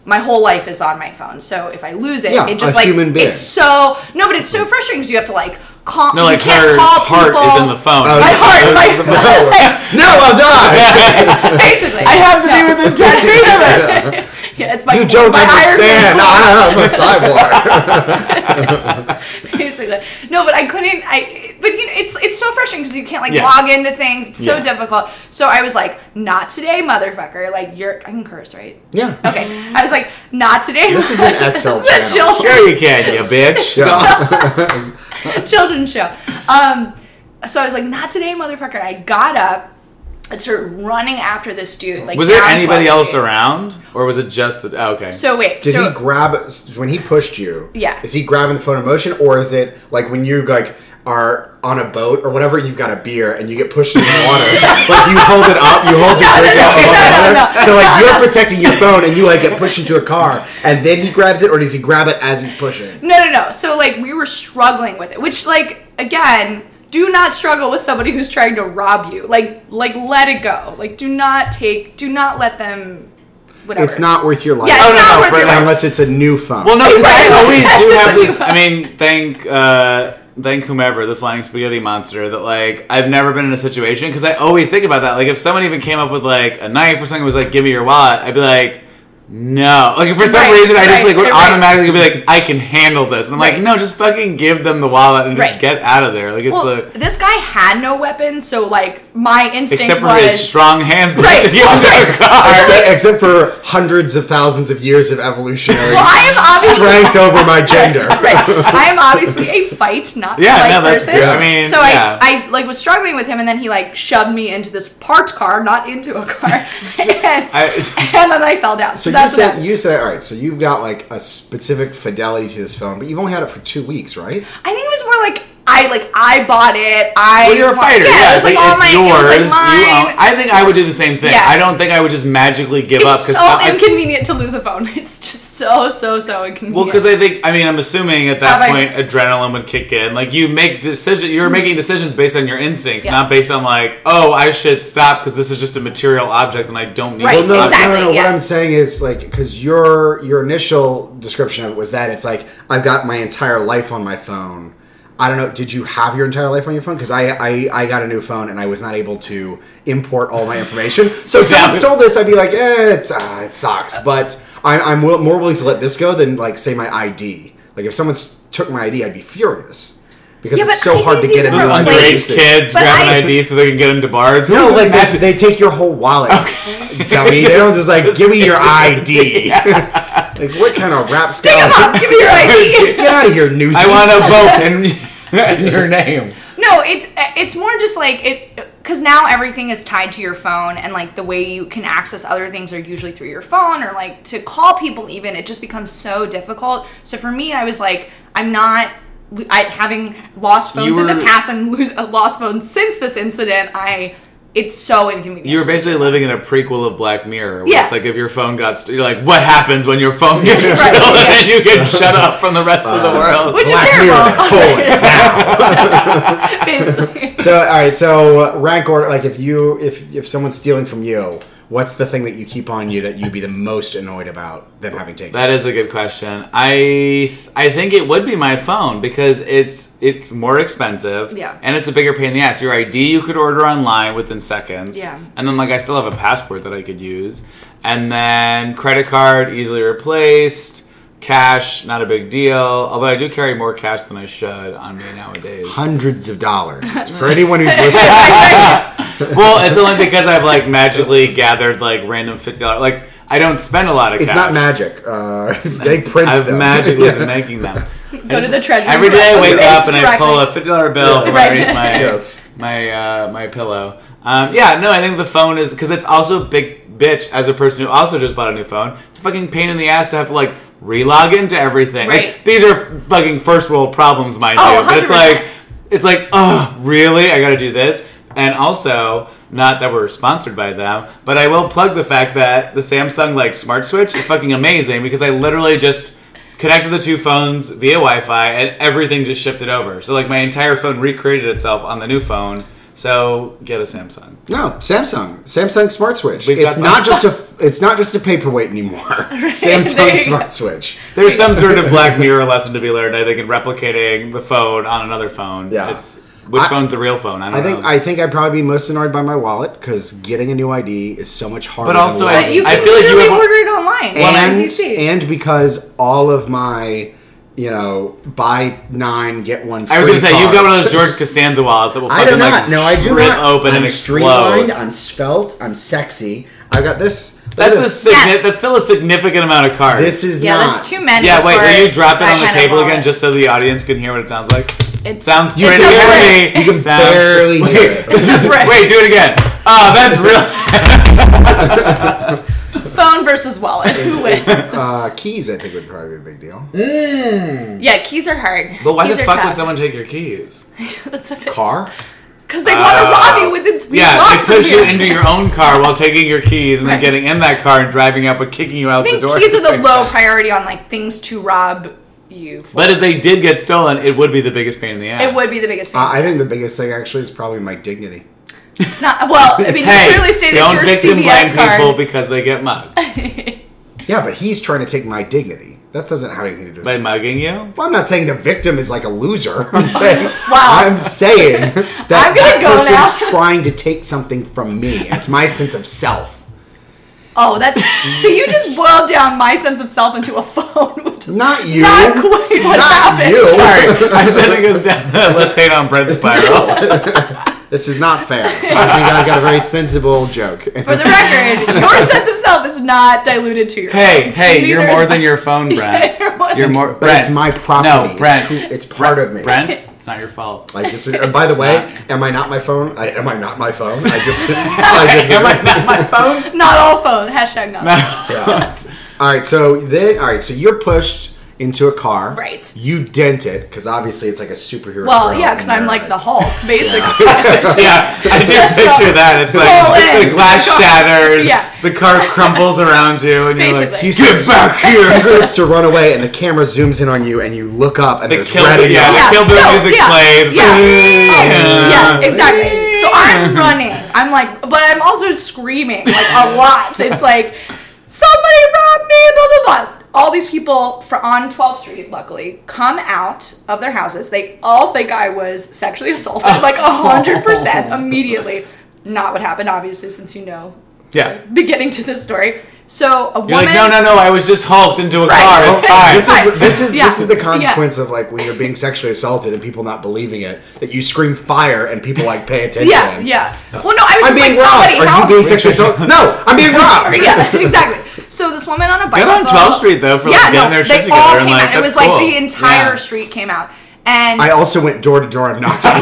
[SPEAKER 3] My whole life is on my phone, so if I lose it,
[SPEAKER 2] Yeah,
[SPEAKER 3] it just
[SPEAKER 2] a
[SPEAKER 3] like
[SPEAKER 2] human being.
[SPEAKER 3] it's so no, but it's so frustrating because you have to like call.
[SPEAKER 1] No, like
[SPEAKER 3] you can't
[SPEAKER 1] her
[SPEAKER 3] call
[SPEAKER 1] heart
[SPEAKER 3] people.
[SPEAKER 1] is in the phone.
[SPEAKER 2] Oh,
[SPEAKER 3] My
[SPEAKER 2] yeah.
[SPEAKER 3] heart, my
[SPEAKER 2] No, I'll die.
[SPEAKER 3] basically.
[SPEAKER 1] I have to
[SPEAKER 3] No.
[SPEAKER 1] be within ten feet of it.
[SPEAKER 3] Yeah, it's my
[SPEAKER 2] You don't
[SPEAKER 3] my Iron
[SPEAKER 2] understand.
[SPEAKER 3] Man
[SPEAKER 2] I am a cyborg.
[SPEAKER 3] basically. No, but I couldn't. I but you know, it's it's so frustrating because you can't like
[SPEAKER 1] Yes.
[SPEAKER 3] log into things. It's so
[SPEAKER 1] Yeah.
[SPEAKER 3] difficult. So I was like, not today, motherfucker. Like you're, I can curse, right?
[SPEAKER 2] Yeah.
[SPEAKER 3] Okay.
[SPEAKER 1] Mm.
[SPEAKER 3] I was like, not today.
[SPEAKER 2] This is an XL
[SPEAKER 3] this is a
[SPEAKER 2] channel.
[SPEAKER 3] children,
[SPEAKER 1] Sure you can, you bitch.
[SPEAKER 2] Yeah.
[SPEAKER 3] children's show. Um, so I was like, not today, motherfucker. And I got up and started running after this dude. Like,
[SPEAKER 1] Was there
[SPEAKER 3] down
[SPEAKER 1] anybody
[SPEAKER 3] 12th
[SPEAKER 1] else
[SPEAKER 3] Street.
[SPEAKER 1] around, or was it just the? Oh, okay.
[SPEAKER 3] So wait.
[SPEAKER 2] Did
[SPEAKER 3] so
[SPEAKER 2] he grab when he pushed you?
[SPEAKER 3] Yeah.
[SPEAKER 2] Is he grabbing the phone in motion, or is it like when you like are on a boat or whatever, and you've got a beer and you get pushed in the water, like you hold it up, you hold your
[SPEAKER 3] No, no,
[SPEAKER 2] drink
[SPEAKER 3] no,
[SPEAKER 2] up
[SPEAKER 3] no,
[SPEAKER 2] above
[SPEAKER 3] no,
[SPEAKER 2] the water,
[SPEAKER 3] no.
[SPEAKER 2] so like you're protecting your phone and you like get pushed into a car, and then he grabs it, or does he grab it as he's pushing?
[SPEAKER 3] No, no, no. So like we were struggling with it, which like again, do not struggle with somebody who's trying to rob you. Like like let it go. Like do not take do not let them whatever.
[SPEAKER 2] It's not worth your life
[SPEAKER 3] Yeah, it's
[SPEAKER 1] Oh, no,
[SPEAKER 3] not
[SPEAKER 1] no,
[SPEAKER 3] worth
[SPEAKER 1] for-
[SPEAKER 3] your life.
[SPEAKER 2] unless it's a new phone.
[SPEAKER 1] well, no, because
[SPEAKER 3] Right.
[SPEAKER 1] I always do
[SPEAKER 3] Yes,
[SPEAKER 1] have
[SPEAKER 3] it's
[SPEAKER 1] this. I mean, thank, uh, thank whomever, the flying spaghetti monster. That like I've never been in a situation because I always think about that. Like if someone even came up with like a knife or something, that was like, "Give me your wallet," I'd be like. No, like for some
[SPEAKER 3] Right,
[SPEAKER 1] reason, I just
[SPEAKER 3] right,
[SPEAKER 1] like would
[SPEAKER 3] right.
[SPEAKER 1] automatically be like, I can handle this, and I'm like,
[SPEAKER 3] Right.
[SPEAKER 1] no, just fucking give them the wallet and just
[SPEAKER 3] Right.
[SPEAKER 1] get out of there. Like it's
[SPEAKER 3] Well,
[SPEAKER 1] like,
[SPEAKER 3] this guy had no weapon, so like my instinct
[SPEAKER 1] except for
[SPEAKER 3] was
[SPEAKER 1] his strong hands, but
[SPEAKER 3] Right,
[SPEAKER 1] you don't
[SPEAKER 3] right.
[SPEAKER 1] have a car.
[SPEAKER 2] Except, except for hundreds of thousands of years of evolutionary
[SPEAKER 3] Well, I am obviously
[SPEAKER 2] strength over my gender.
[SPEAKER 3] right. I am obviously a fight, not
[SPEAKER 1] Yeah,
[SPEAKER 3] flight
[SPEAKER 1] no, that's
[SPEAKER 3] person.
[SPEAKER 1] good. I mean,
[SPEAKER 3] so
[SPEAKER 1] yeah.
[SPEAKER 3] I, I like was struggling with him, and then he like shoved me into this parked car, not into a car, and,
[SPEAKER 1] I-
[SPEAKER 3] and then I fell down.
[SPEAKER 2] So you
[SPEAKER 3] that's what
[SPEAKER 2] said
[SPEAKER 3] happened.
[SPEAKER 2] you said all right. So you've got like a specific fidelity to this phone, but you've only had it for two weeks, right?
[SPEAKER 3] I think it was more like I like I bought it. I
[SPEAKER 1] Well, you're a
[SPEAKER 3] wa-
[SPEAKER 1] fighter.
[SPEAKER 3] Yeah,
[SPEAKER 1] Yeah,
[SPEAKER 3] it was like
[SPEAKER 1] it's
[SPEAKER 3] all my. It
[SPEAKER 1] yours.
[SPEAKER 3] was like mine.
[SPEAKER 1] You own- I think I would do the same thing.
[SPEAKER 3] Yeah.
[SPEAKER 1] I don't think I would just magically give up
[SPEAKER 3] it's so
[SPEAKER 1] some- I-
[SPEAKER 3] inconvenient to lose a phone. It's just so so so inconvenient.
[SPEAKER 1] well, because I think I mean I'm assuming at
[SPEAKER 3] Have
[SPEAKER 1] that
[SPEAKER 3] I-
[SPEAKER 1] point adrenaline would kick in. Like you make decision, you're making decisions based on your instincts,
[SPEAKER 3] Yeah.
[SPEAKER 1] not based on like, oh, I should stop because this is just a material object and I don't need.
[SPEAKER 3] Right,
[SPEAKER 1] this
[SPEAKER 3] no,
[SPEAKER 1] object.
[SPEAKER 3] exactly.
[SPEAKER 2] no, no, no.
[SPEAKER 3] yeah.
[SPEAKER 2] What I'm saying is like because your your initial description of it was that it's like I've got my entire life on my phone. I don't know. Did you have your entire life on your phone? Because I, I I got a new phone and I was not able to import all my information. So if someone
[SPEAKER 1] Yeah.
[SPEAKER 2] stole this, I'd be like, eh, it's uh, it sucks. But I'm, I'm will, more willing to let this go than like say my ID. Like if someone s- took my ID, I'd be furious. because
[SPEAKER 3] Yeah,
[SPEAKER 2] it's
[SPEAKER 3] but
[SPEAKER 2] so
[SPEAKER 3] I
[SPEAKER 2] hard to
[SPEAKER 3] think
[SPEAKER 2] get
[SPEAKER 3] you
[SPEAKER 2] into
[SPEAKER 3] can
[SPEAKER 2] under
[SPEAKER 3] replace-
[SPEAKER 2] agency.
[SPEAKER 1] Underage kids
[SPEAKER 3] But
[SPEAKER 1] grabbing
[SPEAKER 3] I-
[SPEAKER 1] IDs so they can get into bars. Who
[SPEAKER 2] No,
[SPEAKER 1] would
[SPEAKER 2] like
[SPEAKER 1] imagine-
[SPEAKER 2] they, they take your whole wallet. Dummy.
[SPEAKER 1] Just-
[SPEAKER 2] They're just like,
[SPEAKER 1] just-
[SPEAKER 2] give me your ID. like, what kind of rap
[SPEAKER 3] Come
[SPEAKER 2] style?
[SPEAKER 3] on, give me your ID.
[SPEAKER 2] Get out of here, nuisance.
[SPEAKER 1] I want to vote in, in your name.
[SPEAKER 3] No, it's it's more just like it because now everything is tied to your phone, and like the way you can access other things are usually through your phone or like to call people. Even it just becomes so difficult. So for me, I was like, I'm not. I, having lost phones
[SPEAKER 1] You
[SPEAKER 3] in
[SPEAKER 1] were-
[SPEAKER 3] the past and lose a lost phone since this incident, I it's so inconvenient.
[SPEAKER 1] You were basically living in a prequel of Black Mirror. Where
[SPEAKER 3] Yeah.
[SPEAKER 1] It's like if your phone got, st- you're like, what happens when your phone gets
[SPEAKER 3] Right,
[SPEAKER 1] stolen
[SPEAKER 3] yeah.
[SPEAKER 1] and you get shut off from the rest of the world?
[SPEAKER 3] which is
[SPEAKER 2] Black
[SPEAKER 3] terrible. Basically.
[SPEAKER 2] So, all right. So, uh, rank order. Like, if you if if someone's stealing from you, what's the thing that you keep on you that you'd be the most annoyed about them having taken?
[SPEAKER 1] That is a good question. I th- I think it would be my phone because it's it's more expensive.
[SPEAKER 3] Yeah.
[SPEAKER 1] And it's a bigger pain in the ass. Your ID you could order online within seconds.
[SPEAKER 3] Yeah.
[SPEAKER 1] And then like I still have a passport that I could use. And then credit card easily replaced. Cash, not a big deal. Although I do carry more cash than I should on me nowadays.
[SPEAKER 2] Hundreds of dollars for anyone who's listening.
[SPEAKER 1] well, it's only because I've like magically gathered like random fifty dollars. Like I don't spend a lot of
[SPEAKER 2] It's
[SPEAKER 1] cash.
[SPEAKER 2] not magic. Uh, they print
[SPEAKER 1] I've
[SPEAKER 2] them.
[SPEAKER 1] magically been making them.
[SPEAKER 3] Go to the treasury.
[SPEAKER 1] Every day I wake up and I
[SPEAKER 3] Directly.
[SPEAKER 1] pull a fifty dollar bill from
[SPEAKER 3] Right.
[SPEAKER 1] underneath my
[SPEAKER 2] Yes.
[SPEAKER 1] my uh, my pillow. Um, yeah, no, I think the phone is because it's also a big bitch as a person who also just bought a new phone. It's a fucking pain in the ass to have to like relog into everything. Like,
[SPEAKER 3] Right.
[SPEAKER 1] these are fucking first world problems, mind
[SPEAKER 3] Oh,
[SPEAKER 1] you. But it's
[SPEAKER 3] 100%.
[SPEAKER 1] like it's like oh really I got to do this. And also, not that we're sponsored by them, but I will plug the fact that the Samsung like smart switch is fucking amazing because I literally just connected the two phones via Wi-Fi, and everything just shifted over. So like my entire phone recreated itself on the new phone. So get a Samsung.
[SPEAKER 2] No, Samsung. Samsung Smart Switch.
[SPEAKER 1] We've
[SPEAKER 2] it's
[SPEAKER 1] got
[SPEAKER 2] not just a. It's not just a paperweight anymore.
[SPEAKER 3] there you
[SPEAKER 2] Samsung Smart
[SPEAKER 3] go.
[SPEAKER 2] Switch.
[SPEAKER 1] There's some sort of Black Mirror lesson to be learned. I think in replicating the phone on another phone.
[SPEAKER 2] Yeah.
[SPEAKER 1] It's which
[SPEAKER 2] I-
[SPEAKER 1] phone's the real phone? I don't
[SPEAKER 2] I think
[SPEAKER 1] know.
[SPEAKER 2] I think I'd probably be most annoyed by my wallet because getting a new ID is so much harder.
[SPEAKER 1] But also
[SPEAKER 2] than
[SPEAKER 1] I-
[SPEAKER 3] But you
[SPEAKER 1] I
[SPEAKER 3] can
[SPEAKER 1] feel like you
[SPEAKER 3] literally
[SPEAKER 1] have a-
[SPEAKER 3] order it online. Why do
[SPEAKER 2] and
[SPEAKER 3] you see?
[SPEAKER 2] and because all of my you know buy nine get one. Free
[SPEAKER 1] I was gonna say you've got one of those
[SPEAKER 2] cards-
[SPEAKER 1] George Costanza wallets that will
[SPEAKER 2] I do
[SPEAKER 1] fucking
[SPEAKER 2] not.
[SPEAKER 1] like
[SPEAKER 2] no, I do
[SPEAKER 1] rip
[SPEAKER 2] not.
[SPEAKER 1] open
[SPEAKER 2] I'm
[SPEAKER 1] and
[SPEAKER 2] streamlined.
[SPEAKER 1] explode.
[SPEAKER 2] I'm svelte. I'm sexy. I got this. look at
[SPEAKER 1] That's a
[SPEAKER 2] this.
[SPEAKER 1] signi-
[SPEAKER 3] Yes.
[SPEAKER 1] that's still a significant amount of cards.
[SPEAKER 2] this is
[SPEAKER 3] yeah,
[SPEAKER 2] not.
[SPEAKER 3] that's too many.
[SPEAKER 1] yeah, wait,
[SPEAKER 3] for
[SPEAKER 1] will you drop it
[SPEAKER 3] that
[SPEAKER 1] on the
[SPEAKER 3] kind of
[SPEAKER 1] table
[SPEAKER 3] wallet.
[SPEAKER 1] again just so the audience can hear what it sounds like?
[SPEAKER 3] It's-
[SPEAKER 1] sounds
[SPEAKER 3] it's
[SPEAKER 1] pretty
[SPEAKER 3] a
[SPEAKER 1] good
[SPEAKER 3] brick.
[SPEAKER 1] to me.
[SPEAKER 2] You can
[SPEAKER 1] Sounds-
[SPEAKER 2] barely
[SPEAKER 1] wait,
[SPEAKER 2] hear it.
[SPEAKER 3] It's a brick.
[SPEAKER 1] wait, do it again. Ah, that's real.
[SPEAKER 3] Phone versus wallet. Who wins?
[SPEAKER 2] Uh, keys, I think, would probably be a big deal.
[SPEAKER 3] yeah, keys are hard.
[SPEAKER 1] But why
[SPEAKER 3] keys
[SPEAKER 1] the
[SPEAKER 3] are
[SPEAKER 1] fuck
[SPEAKER 3] tough.
[SPEAKER 1] would someone take your keys?
[SPEAKER 3] That's a
[SPEAKER 2] Car.
[SPEAKER 3] Because they want to
[SPEAKER 1] Uh,
[SPEAKER 3] rob you with the
[SPEAKER 1] yeah,
[SPEAKER 3] lock
[SPEAKER 1] they push you
[SPEAKER 3] here.
[SPEAKER 1] into your own car while taking your keys and then
[SPEAKER 3] Right.
[SPEAKER 1] getting in that car and driving up and kicking you out
[SPEAKER 3] I think
[SPEAKER 1] the door.
[SPEAKER 3] keys are the low priority on like things to rob you. For.
[SPEAKER 1] But if they did get stolen, it would be the biggest pain in the ass.
[SPEAKER 3] it would be the biggest.
[SPEAKER 2] Uh, I
[SPEAKER 3] pain.
[SPEAKER 2] think the biggest thing actually is probably my dignity.
[SPEAKER 3] it's not. Well, I mean,
[SPEAKER 1] Hey,
[SPEAKER 3] you clearly stated
[SPEAKER 1] don't
[SPEAKER 3] it's your
[SPEAKER 1] victim blame
[SPEAKER 3] CVS card.
[SPEAKER 1] people because they get mugged
[SPEAKER 2] Yeah, but he's trying to take my dignity. That doesn't have anything to do with
[SPEAKER 1] by mugging you.
[SPEAKER 2] Well, I'm not saying the victim is like a loser. I'm saying,
[SPEAKER 3] Wow.
[SPEAKER 2] I'm saying that
[SPEAKER 3] I'm gonna
[SPEAKER 2] that
[SPEAKER 3] go
[SPEAKER 2] person's
[SPEAKER 3] now.
[SPEAKER 2] trying to take something from me. and It's my sense of self.
[SPEAKER 3] Oh, that. so you just boiled down my sense of self into a phone, which is
[SPEAKER 2] Not you.
[SPEAKER 3] Not quite what
[SPEAKER 2] Not
[SPEAKER 3] happened.
[SPEAKER 2] you.
[SPEAKER 1] Sorry, I'm sending us down. the Let's hate on Brent spiral.
[SPEAKER 2] This is not fair. I think I got a very sensible joke.
[SPEAKER 3] For the record, your sense of self is not diluted to your.
[SPEAKER 1] Hey,
[SPEAKER 3] own.
[SPEAKER 1] hey, you're
[SPEAKER 3] Neither
[SPEAKER 1] more
[SPEAKER 3] is
[SPEAKER 1] than your phone,
[SPEAKER 3] mine.
[SPEAKER 1] Brent.
[SPEAKER 3] You're more
[SPEAKER 1] You're
[SPEAKER 3] than-
[SPEAKER 1] more.
[SPEAKER 2] but
[SPEAKER 1] Brent.
[SPEAKER 2] it's my property.
[SPEAKER 1] No, Brent.
[SPEAKER 2] It's, who- it's part of me.
[SPEAKER 1] Brent, it's not your fault.
[SPEAKER 2] I just. And by the
[SPEAKER 1] It's
[SPEAKER 2] way,
[SPEAKER 1] not.
[SPEAKER 2] am I not my phone? I, am I not my phone? I just. I just.
[SPEAKER 1] Am I not my phone?
[SPEAKER 3] Not all phone. Hashtag not. all.
[SPEAKER 2] Yeah. All right, so then, all right, so you're pushed into a car.
[SPEAKER 3] Right.
[SPEAKER 2] You dent it because obviously it's like a superhero.
[SPEAKER 3] Well,
[SPEAKER 2] throw
[SPEAKER 3] yeah,
[SPEAKER 2] in
[SPEAKER 3] because
[SPEAKER 2] there,
[SPEAKER 3] I'm like
[SPEAKER 2] right?
[SPEAKER 3] the Hulk, basically.
[SPEAKER 1] yeah, I did
[SPEAKER 3] Just
[SPEAKER 1] picture
[SPEAKER 3] go.
[SPEAKER 1] that. It's
[SPEAKER 3] Roll
[SPEAKER 1] like
[SPEAKER 3] in.
[SPEAKER 1] the glass
[SPEAKER 3] Go.
[SPEAKER 1] shatters,
[SPEAKER 3] Yeah.
[SPEAKER 1] the car crumbles around you, and you're like,
[SPEAKER 3] Basically.
[SPEAKER 1] "Get back
[SPEAKER 2] He
[SPEAKER 1] here!"
[SPEAKER 2] starts to run away, and the camera zooms in on you, and you look up, and
[SPEAKER 1] The
[SPEAKER 2] there's
[SPEAKER 1] Kill
[SPEAKER 2] red
[SPEAKER 1] Bill,
[SPEAKER 2] in your
[SPEAKER 1] yeah,
[SPEAKER 3] Yeah,
[SPEAKER 1] the Kill Bill
[SPEAKER 3] so-
[SPEAKER 1] music
[SPEAKER 3] yeah,
[SPEAKER 1] plays.
[SPEAKER 3] yeah. Oh,
[SPEAKER 1] Yeah.
[SPEAKER 3] yeah, exactly. So I'm running. I'm like, but I'm also screaming like a lot. It's like, somebody rob me, blah blah blah. All these people fr- on 12th Street, luckily, come out of their houses. They all think I was sexually assaulted, like hundred percent immediately. Not what happened, obviously, since you know
[SPEAKER 1] Yeah.
[SPEAKER 3] beginning to this story. So a
[SPEAKER 1] You're
[SPEAKER 3] woman.
[SPEAKER 1] like, no, no, no. I was just hulked into a
[SPEAKER 3] Right.
[SPEAKER 1] car. It's fine.
[SPEAKER 2] This
[SPEAKER 3] It's
[SPEAKER 2] is
[SPEAKER 3] fine.
[SPEAKER 2] this is
[SPEAKER 3] Yeah.
[SPEAKER 2] this is the
[SPEAKER 3] Yeah.
[SPEAKER 2] consequence of like when you're being sexually assaulted and people not believing it that you scream fire and people like pay attention.
[SPEAKER 3] Yeah, yeah. Well, no, I was
[SPEAKER 2] I'm
[SPEAKER 3] just like,
[SPEAKER 2] being
[SPEAKER 3] somebody
[SPEAKER 2] robbed. Are you
[SPEAKER 3] help
[SPEAKER 2] being
[SPEAKER 3] me.
[SPEAKER 2] sexually assaulted? No, I'm being robbed.
[SPEAKER 3] yeah, exactly. So this woman on a
[SPEAKER 1] Good
[SPEAKER 3] bicycle.
[SPEAKER 1] on 12th Street though for like
[SPEAKER 3] yeah,
[SPEAKER 1] getting
[SPEAKER 3] no,
[SPEAKER 1] their
[SPEAKER 3] they
[SPEAKER 1] shit
[SPEAKER 3] all
[SPEAKER 1] together
[SPEAKER 3] came
[SPEAKER 1] and like
[SPEAKER 3] out. It
[SPEAKER 1] that's
[SPEAKER 3] was like
[SPEAKER 1] cool.
[SPEAKER 3] the entire
[SPEAKER 1] Yeah.
[SPEAKER 3] street came out, and
[SPEAKER 2] I also went door to door and knocked on.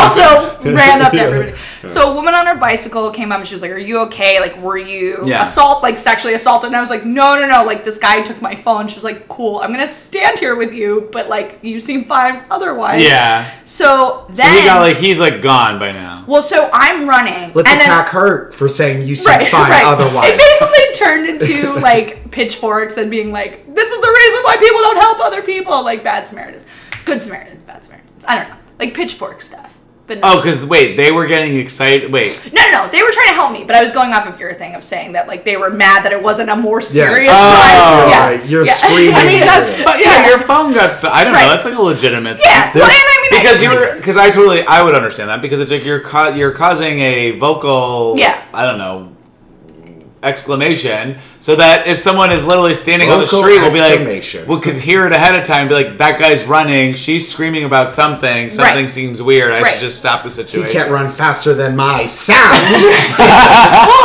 [SPEAKER 3] also ran up to everybody. So a woman on her bicycle came up and she was like, "Are you okay? Like, were you
[SPEAKER 1] Yeah.
[SPEAKER 3] assault, like sexually assaulted?" And I was like, "No, no, no! Like this guy took my phone." She was like, "Cool, I'm gonna stand here with you, but like you seem fine otherwise."
[SPEAKER 1] Yeah.
[SPEAKER 3] So
[SPEAKER 1] So
[SPEAKER 3] then,
[SPEAKER 1] he got like he's like gone by now.
[SPEAKER 3] well, so I'm running.
[SPEAKER 2] Let's
[SPEAKER 3] and then-
[SPEAKER 2] attack her for saying you said fine otherwise.
[SPEAKER 3] It basically turned into like pitchforks and being like, this is the reason why people don't help other people, like bad Samaritans, good Samaritans, bad Samaritans. I don't know, like pitchfork stuff. But no,
[SPEAKER 1] Oh, because wait, they were getting excited. Wait,
[SPEAKER 3] no, no, no, they were trying to help me, but I was going off of your thing of saying that like they were mad that it wasn't a more serious
[SPEAKER 1] Oh,
[SPEAKER 3] crime.
[SPEAKER 2] right,
[SPEAKER 3] Yes,
[SPEAKER 2] you're
[SPEAKER 3] yeah.
[SPEAKER 2] screaming.
[SPEAKER 1] I mean that's fu- yeah,
[SPEAKER 3] Yeah.
[SPEAKER 1] Your phone got stuck. I don't
[SPEAKER 3] Right.
[SPEAKER 1] know. That's like a legitimate.
[SPEAKER 3] yeah,
[SPEAKER 1] thing.
[SPEAKER 3] well, and I mean I-
[SPEAKER 1] Because you were, because I totally, I would understand that because it's like you're ca- you're causing a vocal,
[SPEAKER 3] Yeah.
[SPEAKER 1] I don't know, exclamation, so that if someone is literally standing on the
[SPEAKER 2] Vocal
[SPEAKER 1] street, we'll be
[SPEAKER 2] exclamation.
[SPEAKER 1] like, we could hear it ahead of time, be like, that guy's running, she's screaming about something, something
[SPEAKER 3] Right.
[SPEAKER 1] seems weird, I
[SPEAKER 3] Right.
[SPEAKER 1] should just stop the
[SPEAKER 2] he
[SPEAKER 1] situation.
[SPEAKER 2] can't run faster than my sound.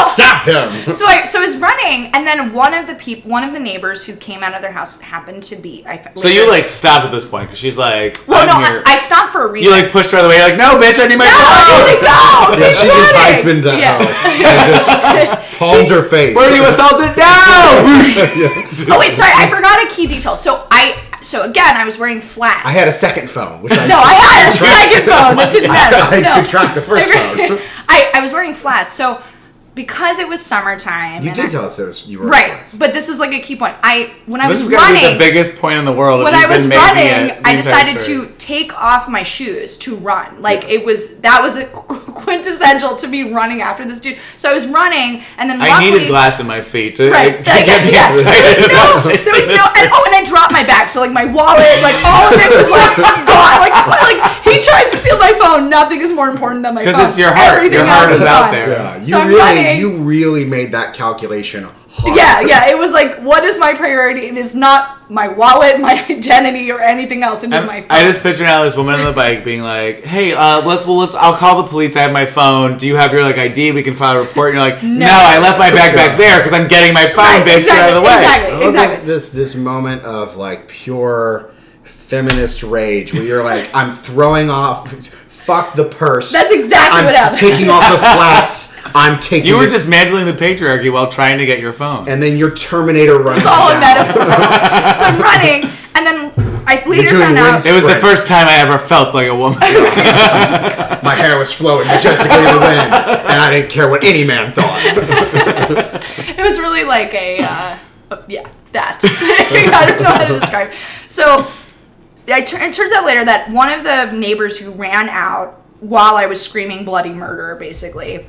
[SPEAKER 2] Stop him.
[SPEAKER 3] so I so I was running, and then one of the people, one of the neighbors who came out of their house happened to be. I f-
[SPEAKER 1] So you like stop at this point because she's like,
[SPEAKER 3] Well,
[SPEAKER 1] I'm
[SPEAKER 3] no,
[SPEAKER 1] here.
[SPEAKER 3] I, I stopped for a reason.
[SPEAKER 1] you like pushed her out of the way. You're like, no, bitch, I need my
[SPEAKER 3] No,
[SPEAKER 1] phone.
[SPEAKER 3] like, no,
[SPEAKER 2] "Oh!" Yeah,
[SPEAKER 3] keep
[SPEAKER 2] she just
[SPEAKER 3] running.
[SPEAKER 2] husbanded that
[SPEAKER 3] Yeah.
[SPEAKER 2] yeah. just palmed her face.
[SPEAKER 1] Were you assaulted? No.
[SPEAKER 3] Oh wait, sorry, I forgot a key detail. So I, so again, I was wearing flats.
[SPEAKER 2] I had a second phone, which I
[SPEAKER 3] no, I had a second phone. It didn't matter.
[SPEAKER 2] I
[SPEAKER 3] no.
[SPEAKER 2] could track the first phone.
[SPEAKER 3] I, I was wearing flats, so because it was summertime.
[SPEAKER 2] You
[SPEAKER 3] and I-
[SPEAKER 2] did tell us it was you were
[SPEAKER 3] Right,
[SPEAKER 2] once.
[SPEAKER 3] but this is like a key point. I when I
[SPEAKER 1] This is
[SPEAKER 3] was
[SPEAKER 1] gonna be the
[SPEAKER 3] running,
[SPEAKER 1] biggest point in the world. if
[SPEAKER 3] when
[SPEAKER 1] you've
[SPEAKER 3] I was
[SPEAKER 1] been making it
[SPEAKER 3] running,
[SPEAKER 1] the
[SPEAKER 3] I
[SPEAKER 1] entire
[SPEAKER 3] decided
[SPEAKER 1] story.
[SPEAKER 3] to take off my shoes to run. Like it was that was a quintessential to me running after this dude. So I was running, and then
[SPEAKER 1] I needed
[SPEAKER 3] luckily-
[SPEAKER 1] glass in my feet to,
[SPEAKER 3] Right.
[SPEAKER 1] to get me
[SPEAKER 3] yes.
[SPEAKER 1] excited.
[SPEAKER 3] There was no.
[SPEAKER 1] about
[SPEAKER 3] There was
[SPEAKER 1] it.
[SPEAKER 3] no. And, oh, and I dropped my bag, so like my wallet, like all of it was like gone. Like, what- like he tries to steal my phone. Nothing is more important than my phone.
[SPEAKER 1] 'Cause it's your heart.
[SPEAKER 3] Everything
[SPEAKER 1] Your heart
[SPEAKER 3] else
[SPEAKER 1] is out
[SPEAKER 3] gone.
[SPEAKER 1] there.
[SPEAKER 2] yeah, you
[SPEAKER 3] So I'm
[SPEAKER 2] really
[SPEAKER 3] running.
[SPEAKER 2] you really made that calculation hard.
[SPEAKER 3] Yeah, yeah. It was like, what is my priority? It is not my wallet, my identity, or anything else. It is my
[SPEAKER 1] I,
[SPEAKER 3] phone.
[SPEAKER 1] I just picture now this woman on the bike being like, "Hey, uh, let's well, let's. I'll call the police. I have my phone. Do you have your like ID? We can file a report." And you're like, "No, I left my bag back there because I'm getting my phone,
[SPEAKER 3] Right,
[SPEAKER 1] bitch. Get out of the way."
[SPEAKER 3] exactly,
[SPEAKER 2] I
[SPEAKER 3] Exactly.
[SPEAKER 2] love
[SPEAKER 3] Exactly.
[SPEAKER 2] This, this this moment of like pure feminist rage where you're like, I'm throwing off fuck the purse.
[SPEAKER 3] That's exactly
[SPEAKER 2] I'm
[SPEAKER 3] what happened.
[SPEAKER 2] Taking off the flats. I'm taking
[SPEAKER 1] You were
[SPEAKER 2] this-
[SPEAKER 1] dismantling the patriarchy while trying to get your phone.
[SPEAKER 2] and then your Terminator runs.
[SPEAKER 3] It's all a
[SPEAKER 2] down.
[SPEAKER 3] metaphor. so I'm running, and then I later
[SPEAKER 2] doing
[SPEAKER 3] found out.
[SPEAKER 2] wind
[SPEAKER 1] it was the
[SPEAKER 2] Sprints.
[SPEAKER 1] first time I ever felt like a woman.
[SPEAKER 2] My hair was flowing majestically in the wind, and I didn't care what any man thought.
[SPEAKER 3] It was really like a, uh, uh, yeah, that. I don't know how to describe. it. So I tur- it turns out later that one of the neighbors who ran out while I was screaming bloody murder, basically,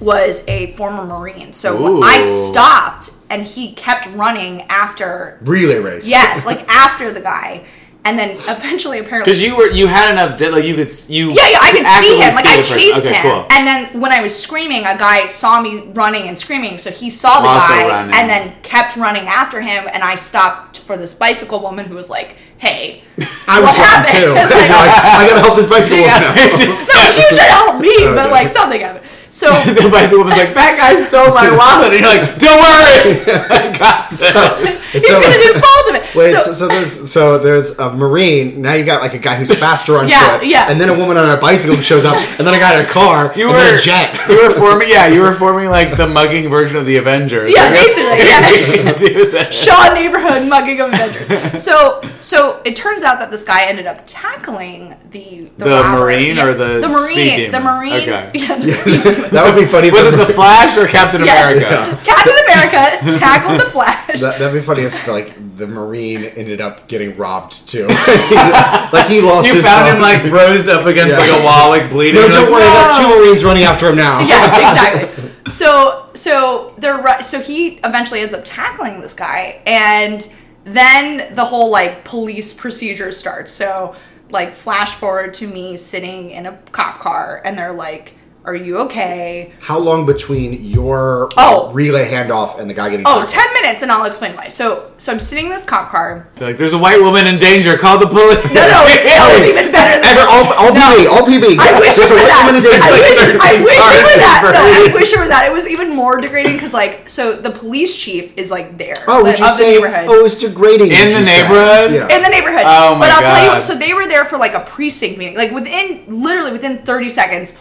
[SPEAKER 3] was a former Marine. So
[SPEAKER 1] Ooh.
[SPEAKER 3] I stopped, and he kept running after.
[SPEAKER 2] Relay race.
[SPEAKER 3] Yes, like after the guy, and then eventually, apparently,
[SPEAKER 1] Because you were you had enough di- like you could s- you
[SPEAKER 3] Yeah, yeah, I could
[SPEAKER 1] actively
[SPEAKER 3] see him. Like I
[SPEAKER 1] the person.
[SPEAKER 3] chased
[SPEAKER 1] okay,
[SPEAKER 3] him,
[SPEAKER 1] Cool.
[SPEAKER 3] and then when I was screaming, a guy saw me running and screaming, so he saw the
[SPEAKER 1] Also
[SPEAKER 3] guy
[SPEAKER 1] running.
[SPEAKER 3] and then kept running after him. And I stopped for this bicycle woman who was like, "Hey,"
[SPEAKER 2] I was
[SPEAKER 3] What
[SPEAKER 2] running
[SPEAKER 3] happened?
[SPEAKER 2] too. You're like, I gotta help this bicycle woman out.
[SPEAKER 3] no, she was trying to help me, but
[SPEAKER 2] Okay.
[SPEAKER 3] like something happened. So
[SPEAKER 1] the bicycle woman's like, "That guy stole my wallet," and you're like, "Don't worry, I got this."
[SPEAKER 3] he's gonna do both of it.
[SPEAKER 2] Wait, so,
[SPEAKER 3] so,
[SPEAKER 2] so, there's so there's a marine. Now you got like a guy who's faster on
[SPEAKER 3] Yeah,
[SPEAKER 2] foot,
[SPEAKER 3] yeah.
[SPEAKER 2] and then a woman on a bicycle shows up, and then a guy in a car,
[SPEAKER 1] You
[SPEAKER 2] and
[SPEAKER 1] were
[SPEAKER 2] then a jet.
[SPEAKER 1] You were forming, yeah, you were forming like the mugging version of the Avengers.
[SPEAKER 3] Yeah,
[SPEAKER 1] Like, that's-
[SPEAKER 3] basically, yeah.
[SPEAKER 1] you can do that.
[SPEAKER 3] Shaw neighborhood mugging of Avengers. So, so it turns out that this guy ended up tackling the the,
[SPEAKER 1] The
[SPEAKER 3] robber.
[SPEAKER 1] Marine
[SPEAKER 3] Yeah,
[SPEAKER 1] or the
[SPEAKER 3] the marine,
[SPEAKER 1] speed
[SPEAKER 3] the
[SPEAKER 1] demon?
[SPEAKER 3] marine,
[SPEAKER 1] Okay.
[SPEAKER 3] yeah, the speed demon.
[SPEAKER 2] That would be funny. if
[SPEAKER 1] Was
[SPEAKER 2] the
[SPEAKER 1] it the
[SPEAKER 2] mar-
[SPEAKER 1] Flash or Captain
[SPEAKER 3] Yes.
[SPEAKER 1] America?
[SPEAKER 3] Captain America tackled the Flash.
[SPEAKER 2] That, that'd be funny if like the marine ended up getting robbed too. like he lost
[SPEAKER 1] You
[SPEAKER 2] his.
[SPEAKER 1] found him
[SPEAKER 2] phone.
[SPEAKER 1] like bruised up against
[SPEAKER 2] Yeah.
[SPEAKER 1] like a wall, like bleeding.
[SPEAKER 2] No,
[SPEAKER 1] You're
[SPEAKER 2] don't
[SPEAKER 1] like,
[SPEAKER 2] worry. I got
[SPEAKER 1] "Whoa."
[SPEAKER 2] two marines running after him now.
[SPEAKER 3] yeah, exactly. So so they're ru- so he eventually ends up tackling this guy, and then the whole like police procedure starts. So like flash forward to me sitting in a cop car, and they're like. Are you okay?
[SPEAKER 2] How long between your
[SPEAKER 3] Oh.
[SPEAKER 2] relay handoff and the guy getting
[SPEAKER 3] Oh,
[SPEAKER 2] shot?
[SPEAKER 3] 10 minutes and I'll explain why. So so I'm sitting in this cop car.
[SPEAKER 1] They're like, there's a white woman in danger. Call the police.
[SPEAKER 3] No, no, that was even better than
[SPEAKER 2] Ever- all, all PB, all PB.
[SPEAKER 3] I wish it
[SPEAKER 2] There's a
[SPEAKER 3] were
[SPEAKER 2] white
[SPEAKER 3] that.
[SPEAKER 2] woman
[SPEAKER 3] I
[SPEAKER 2] in danger.
[SPEAKER 3] wish, I wish it were that.
[SPEAKER 2] Sorry.
[SPEAKER 3] No, I wish it were that. It was even more degrading because, like, so the police chief is like there
[SPEAKER 2] Oh, would
[SPEAKER 3] like,
[SPEAKER 2] you
[SPEAKER 3] of
[SPEAKER 2] say?
[SPEAKER 3] the neighborhood.
[SPEAKER 2] Oh, it's degrading. would
[SPEAKER 1] In the
[SPEAKER 2] you say?
[SPEAKER 1] neighborhood?
[SPEAKER 2] Yeah.
[SPEAKER 3] in the neighborhood.
[SPEAKER 1] Oh my
[SPEAKER 3] but I'll tell you,
[SPEAKER 1] God.
[SPEAKER 3] so they were there for like a precinct meeting. Like within literally within 30 seconds,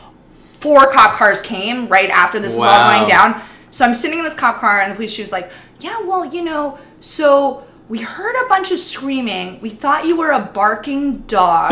[SPEAKER 3] four cop cars came right after this was all
[SPEAKER 1] Wow.
[SPEAKER 3] going down. So I'm sitting in this cop car and the police chief's like, Yeah, well, you know, so we heard a bunch of screaming. We thought you were a barking dog.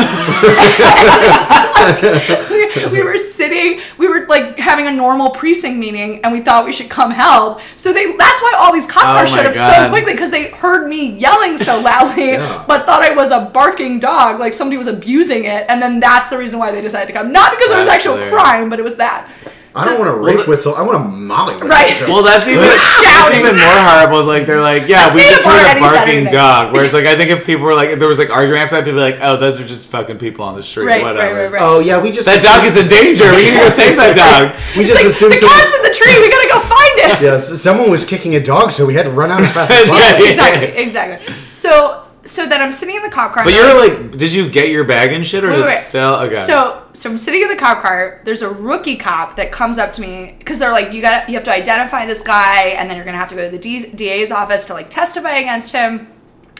[SPEAKER 3] we, we were sitting, we were like having a normal precinct meeting, and we thought we should come help. So they that's why all these cop
[SPEAKER 1] Oh
[SPEAKER 3] cars
[SPEAKER 1] my
[SPEAKER 3] showed up so
[SPEAKER 1] God.
[SPEAKER 3] quickly because they heard me yelling so loudly,
[SPEAKER 2] Yeah.
[SPEAKER 3] but thought I was a barking dog, like somebody was abusing it, and then that's the reason why they decided to come. Not because there was
[SPEAKER 1] That's
[SPEAKER 3] actual
[SPEAKER 1] hilarious.
[SPEAKER 3] crime, but it was that.
[SPEAKER 2] I don't
[SPEAKER 3] So-
[SPEAKER 2] want a rape whistle. I want a molly whistle.
[SPEAKER 3] Right.
[SPEAKER 2] Just-
[SPEAKER 1] Well, that's even that's
[SPEAKER 3] Shouting.
[SPEAKER 1] even more horrible. Is like they're like, yeah,
[SPEAKER 3] That's
[SPEAKER 1] we
[SPEAKER 3] made
[SPEAKER 1] just
[SPEAKER 3] up
[SPEAKER 1] heard a
[SPEAKER 3] already
[SPEAKER 1] barking
[SPEAKER 3] Saturday.
[SPEAKER 1] dog. Whereas, like, I think if people were like, if there was like arguing outside, people would be like, oh, those are just fucking people on the street,
[SPEAKER 3] Right, right,
[SPEAKER 1] whatever.
[SPEAKER 3] right, right.
[SPEAKER 2] Oh yeah, we just
[SPEAKER 1] That dog is in danger. We need to go save that dog.
[SPEAKER 2] We
[SPEAKER 3] It's
[SPEAKER 2] just
[SPEAKER 3] like,
[SPEAKER 2] assumed
[SPEAKER 3] the
[SPEAKER 2] someone-
[SPEAKER 3] cat's in the tree. We gotta go find it.
[SPEAKER 2] Yes, someone was kicking a dog, so we had to run out as fast
[SPEAKER 1] Yeah.
[SPEAKER 2] as possible.
[SPEAKER 3] Exactly, exactly. So, so then I'm sitting in the cop car.
[SPEAKER 1] But
[SPEAKER 3] and
[SPEAKER 1] you're
[SPEAKER 3] I'm
[SPEAKER 1] like, did you get your bag and shit, or is
[SPEAKER 3] Wait,
[SPEAKER 1] it
[SPEAKER 3] wait, wait.
[SPEAKER 1] still okay?
[SPEAKER 3] So, so I'm sitting in the cop car. There's a rookie cop that comes up to me because they're like, you got, to you have to identify this guy, and then you're gonna have to go to the D- DA's office to like testify against him.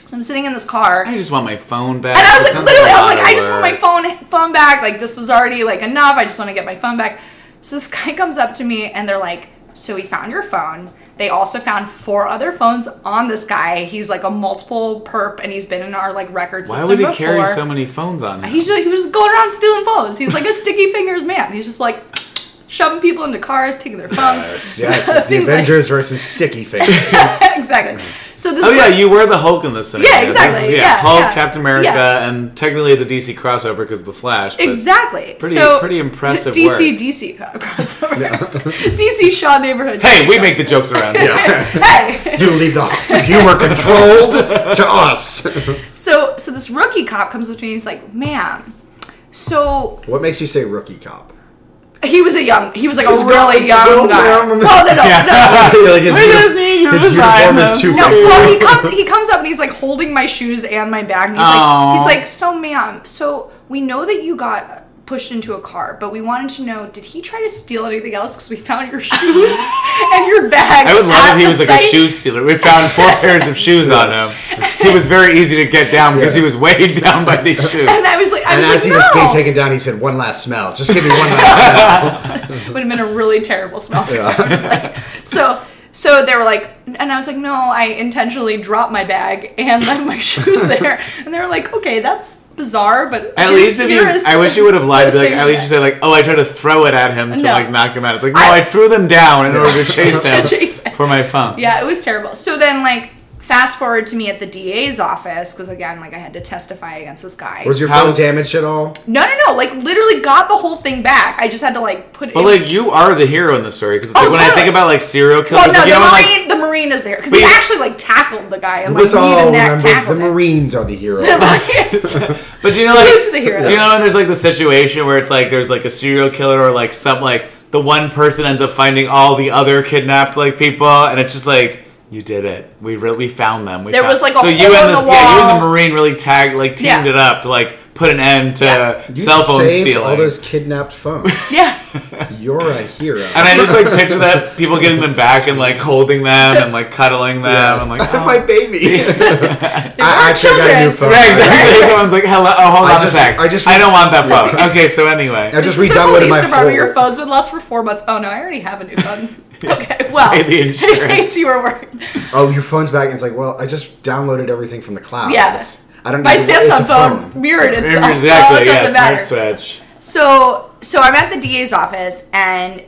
[SPEAKER 3] So I'm sitting in this car,
[SPEAKER 1] I just want my phone back.
[SPEAKER 3] and I was
[SPEAKER 1] That
[SPEAKER 3] like,
[SPEAKER 1] sounds
[SPEAKER 3] literally,
[SPEAKER 1] a
[SPEAKER 3] I'm
[SPEAKER 1] lot
[SPEAKER 3] like,
[SPEAKER 1] of
[SPEAKER 3] I just want my
[SPEAKER 1] work.
[SPEAKER 3] phone phone back. Like this was already like enough. I just want to get my phone back. So this guy comes up to me and they're like, so we found your phone. They also found four other phones on this guy. He's like a multiple perp, and he's been in our like record
[SPEAKER 1] Why
[SPEAKER 3] system
[SPEAKER 1] would he
[SPEAKER 3] before.
[SPEAKER 1] carry so many phones on him?
[SPEAKER 3] He's just, he was just going around stealing phones. He's like a sticky fingers man. He's just like shoving people into cars, taking their
[SPEAKER 2] Yes,
[SPEAKER 3] phones. So
[SPEAKER 2] it's the
[SPEAKER 3] things like-
[SPEAKER 2] Avengers versus Sticky Fingers.
[SPEAKER 3] exactly. So this.
[SPEAKER 1] Oh
[SPEAKER 3] one-
[SPEAKER 1] yeah, you were the Hulk in this scenario.
[SPEAKER 3] Yeah,
[SPEAKER 1] This
[SPEAKER 3] exactly.
[SPEAKER 1] is-
[SPEAKER 3] Yeah,
[SPEAKER 1] Hulk,
[SPEAKER 3] yeah.
[SPEAKER 1] Captain America,
[SPEAKER 3] Yeah.
[SPEAKER 1] and technically it's a DC crossover because the Flash. But
[SPEAKER 3] Exactly.
[SPEAKER 1] Pretty-
[SPEAKER 3] so
[SPEAKER 1] pretty impressive
[SPEAKER 3] DC
[SPEAKER 1] work.
[SPEAKER 3] DC co- crossover. DC Shaw neighborhood.
[SPEAKER 1] Hey, we make the jokes around here.
[SPEAKER 3] hey.
[SPEAKER 2] You leave the humor controlled to us.
[SPEAKER 3] So so this rookie cop comes up to me. and He's like, "Ma'am, so
[SPEAKER 2] What makes you say rookie cop?
[SPEAKER 3] he was a young. He was like
[SPEAKER 2] Just
[SPEAKER 3] a really
[SPEAKER 2] go-
[SPEAKER 3] young
[SPEAKER 2] go
[SPEAKER 3] guy. Oh,
[SPEAKER 2] down
[SPEAKER 3] No,
[SPEAKER 2] the-
[SPEAKER 3] no, no, no.
[SPEAKER 2] Like his
[SPEAKER 1] We
[SPEAKER 2] uni-
[SPEAKER 1] just need you to
[SPEAKER 2] his
[SPEAKER 1] sign
[SPEAKER 2] uniform is
[SPEAKER 1] them.
[SPEAKER 2] too
[SPEAKER 1] No,
[SPEAKER 3] No,
[SPEAKER 2] big.
[SPEAKER 3] well, he comes. He comes up and he's like holding my shoes and my bag. And he's
[SPEAKER 1] Aw.
[SPEAKER 3] like, he's like, so ma'am, so we know that you got pushed into a car, but we wanted to know, did he try to steal anything else? Because we found your shoes and your bag.
[SPEAKER 1] I would love
[SPEAKER 3] at
[SPEAKER 1] if he
[SPEAKER 3] the
[SPEAKER 1] was like a
[SPEAKER 3] site."
[SPEAKER 1] shoe stealer. We found four pairs of shoes
[SPEAKER 2] Yes.
[SPEAKER 1] on him. He was very easy to get down because he
[SPEAKER 2] Yes.
[SPEAKER 1] was weighed down by these shoes.
[SPEAKER 3] And I was like, I
[SPEAKER 2] And
[SPEAKER 3] was
[SPEAKER 2] as
[SPEAKER 3] like,
[SPEAKER 2] he was
[SPEAKER 3] no.
[SPEAKER 2] being taken down, he said, "One last smell. Just give me one last smell."
[SPEAKER 3] would have been a really terrible smell. For them. It's like- so so they were like, and I was like, no, I intentionally dropped my bag and left my shoes there. And they were like, okay, that's bizarre, but
[SPEAKER 1] At
[SPEAKER 3] here's-
[SPEAKER 1] least if you,
[SPEAKER 3] here is
[SPEAKER 1] I wish you would have lied.
[SPEAKER 3] here's
[SPEAKER 1] Be like,
[SPEAKER 3] things
[SPEAKER 1] at least you
[SPEAKER 3] that-
[SPEAKER 1] said like, oh, I tried to throw it at him to
[SPEAKER 3] No.
[SPEAKER 1] like knock him out. It's like, no, I,
[SPEAKER 3] I-
[SPEAKER 1] threw them down in order to chase
[SPEAKER 3] To
[SPEAKER 1] him
[SPEAKER 3] chase him.
[SPEAKER 1] for my phone.
[SPEAKER 3] Yeah, it was terrible. So then, like, fast forward to me at the DA's office because again, like, I had to testify against this guy.
[SPEAKER 2] Was your
[SPEAKER 1] How's-
[SPEAKER 2] phone damaged at all?
[SPEAKER 3] no, no, no. Like, literally got the whole thing back. I just had to like put it.
[SPEAKER 1] But
[SPEAKER 3] in-
[SPEAKER 1] like, you are the hero in the story because
[SPEAKER 3] Oh,
[SPEAKER 1] like, when I think
[SPEAKER 3] totally.
[SPEAKER 1] about like serial
[SPEAKER 3] well,
[SPEAKER 1] killers,
[SPEAKER 3] Oh, no,
[SPEAKER 1] like, you
[SPEAKER 3] the
[SPEAKER 1] know, when, like
[SPEAKER 3] marine, the marine is there because
[SPEAKER 1] But
[SPEAKER 3] he
[SPEAKER 1] you-
[SPEAKER 3] actually like tackled the guy and like
[SPEAKER 2] Let's
[SPEAKER 3] knee
[SPEAKER 2] all
[SPEAKER 3] to neck
[SPEAKER 2] remember the
[SPEAKER 3] tackled him.
[SPEAKER 2] Marines are the hero.
[SPEAKER 1] But do you know,
[SPEAKER 3] Salute
[SPEAKER 1] like,
[SPEAKER 3] to the heroes.
[SPEAKER 1] do you know when there's like the situation where it's like there's like a serial killer or like some like the one person ends up finding all the other kidnapped like people, and it's just like you did it. We re- we found them. We
[SPEAKER 3] There
[SPEAKER 1] found-"
[SPEAKER 3] was, like, a
[SPEAKER 1] so you
[SPEAKER 3] hole
[SPEAKER 1] and
[SPEAKER 3] in
[SPEAKER 1] this,
[SPEAKER 3] the
[SPEAKER 1] yeah, you and the
[SPEAKER 3] wall.
[SPEAKER 1] marine really tagged like teamed
[SPEAKER 3] Yeah.
[SPEAKER 1] it up to like put an end to
[SPEAKER 3] Yeah.
[SPEAKER 2] You
[SPEAKER 1] cell phone
[SPEAKER 2] saved
[SPEAKER 1] stealing.
[SPEAKER 2] all those kidnapped phones.
[SPEAKER 3] yeah.
[SPEAKER 2] You're a hero.
[SPEAKER 1] and I uh, just like picture that people getting them back and like holding them and like cuddling them.
[SPEAKER 2] Yes.
[SPEAKER 1] I'm like,
[SPEAKER 2] my
[SPEAKER 1] oh.
[SPEAKER 2] baby.
[SPEAKER 3] are
[SPEAKER 2] I actually got a new
[SPEAKER 3] children.
[SPEAKER 2] phone.
[SPEAKER 1] yeah, exactly. Someone's like, hello. Oh, hold
[SPEAKER 2] I
[SPEAKER 1] on
[SPEAKER 2] just-
[SPEAKER 1] a sec.
[SPEAKER 2] I just-
[SPEAKER 1] I don't want that phone. Okay, so anyway,
[SPEAKER 2] I just
[SPEAKER 3] This is the
[SPEAKER 2] redownloaded
[SPEAKER 3] police
[SPEAKER 2] my
[SPEAKER 3] department.
[SPEAKER 2] phone.
[SPEAKER 3] Your phone's been lost for four months. Oh no, I already have a new phone. okay, well,
[SPEAKER 1] Pay the insurance.
[SPEAKER 3] in case you were worried,
[SPEAKER 2] Oh, your phone's back. And it's like, well, I just downloaded everything from the cloud.
[SPEAKER 3] Yeah.
[SPEAKER 2] It's- I don't
[SPEAKER 3] my
[SPEAKER 2] need to- it's a
[SPEAKER 3] Samsung phone, mirrored itself. so
[SPEAKER 1] exactly.
[SPEAKER 3] it
[SPEAKER 1] Yeah,
[SPEAKER 3] doesn't
[SPEAKER 1] smart
[SPEAKER 3] matter.
[SPEAKER 1] switch.
[SPEAKER 3] So, so I'm at the DA's office, and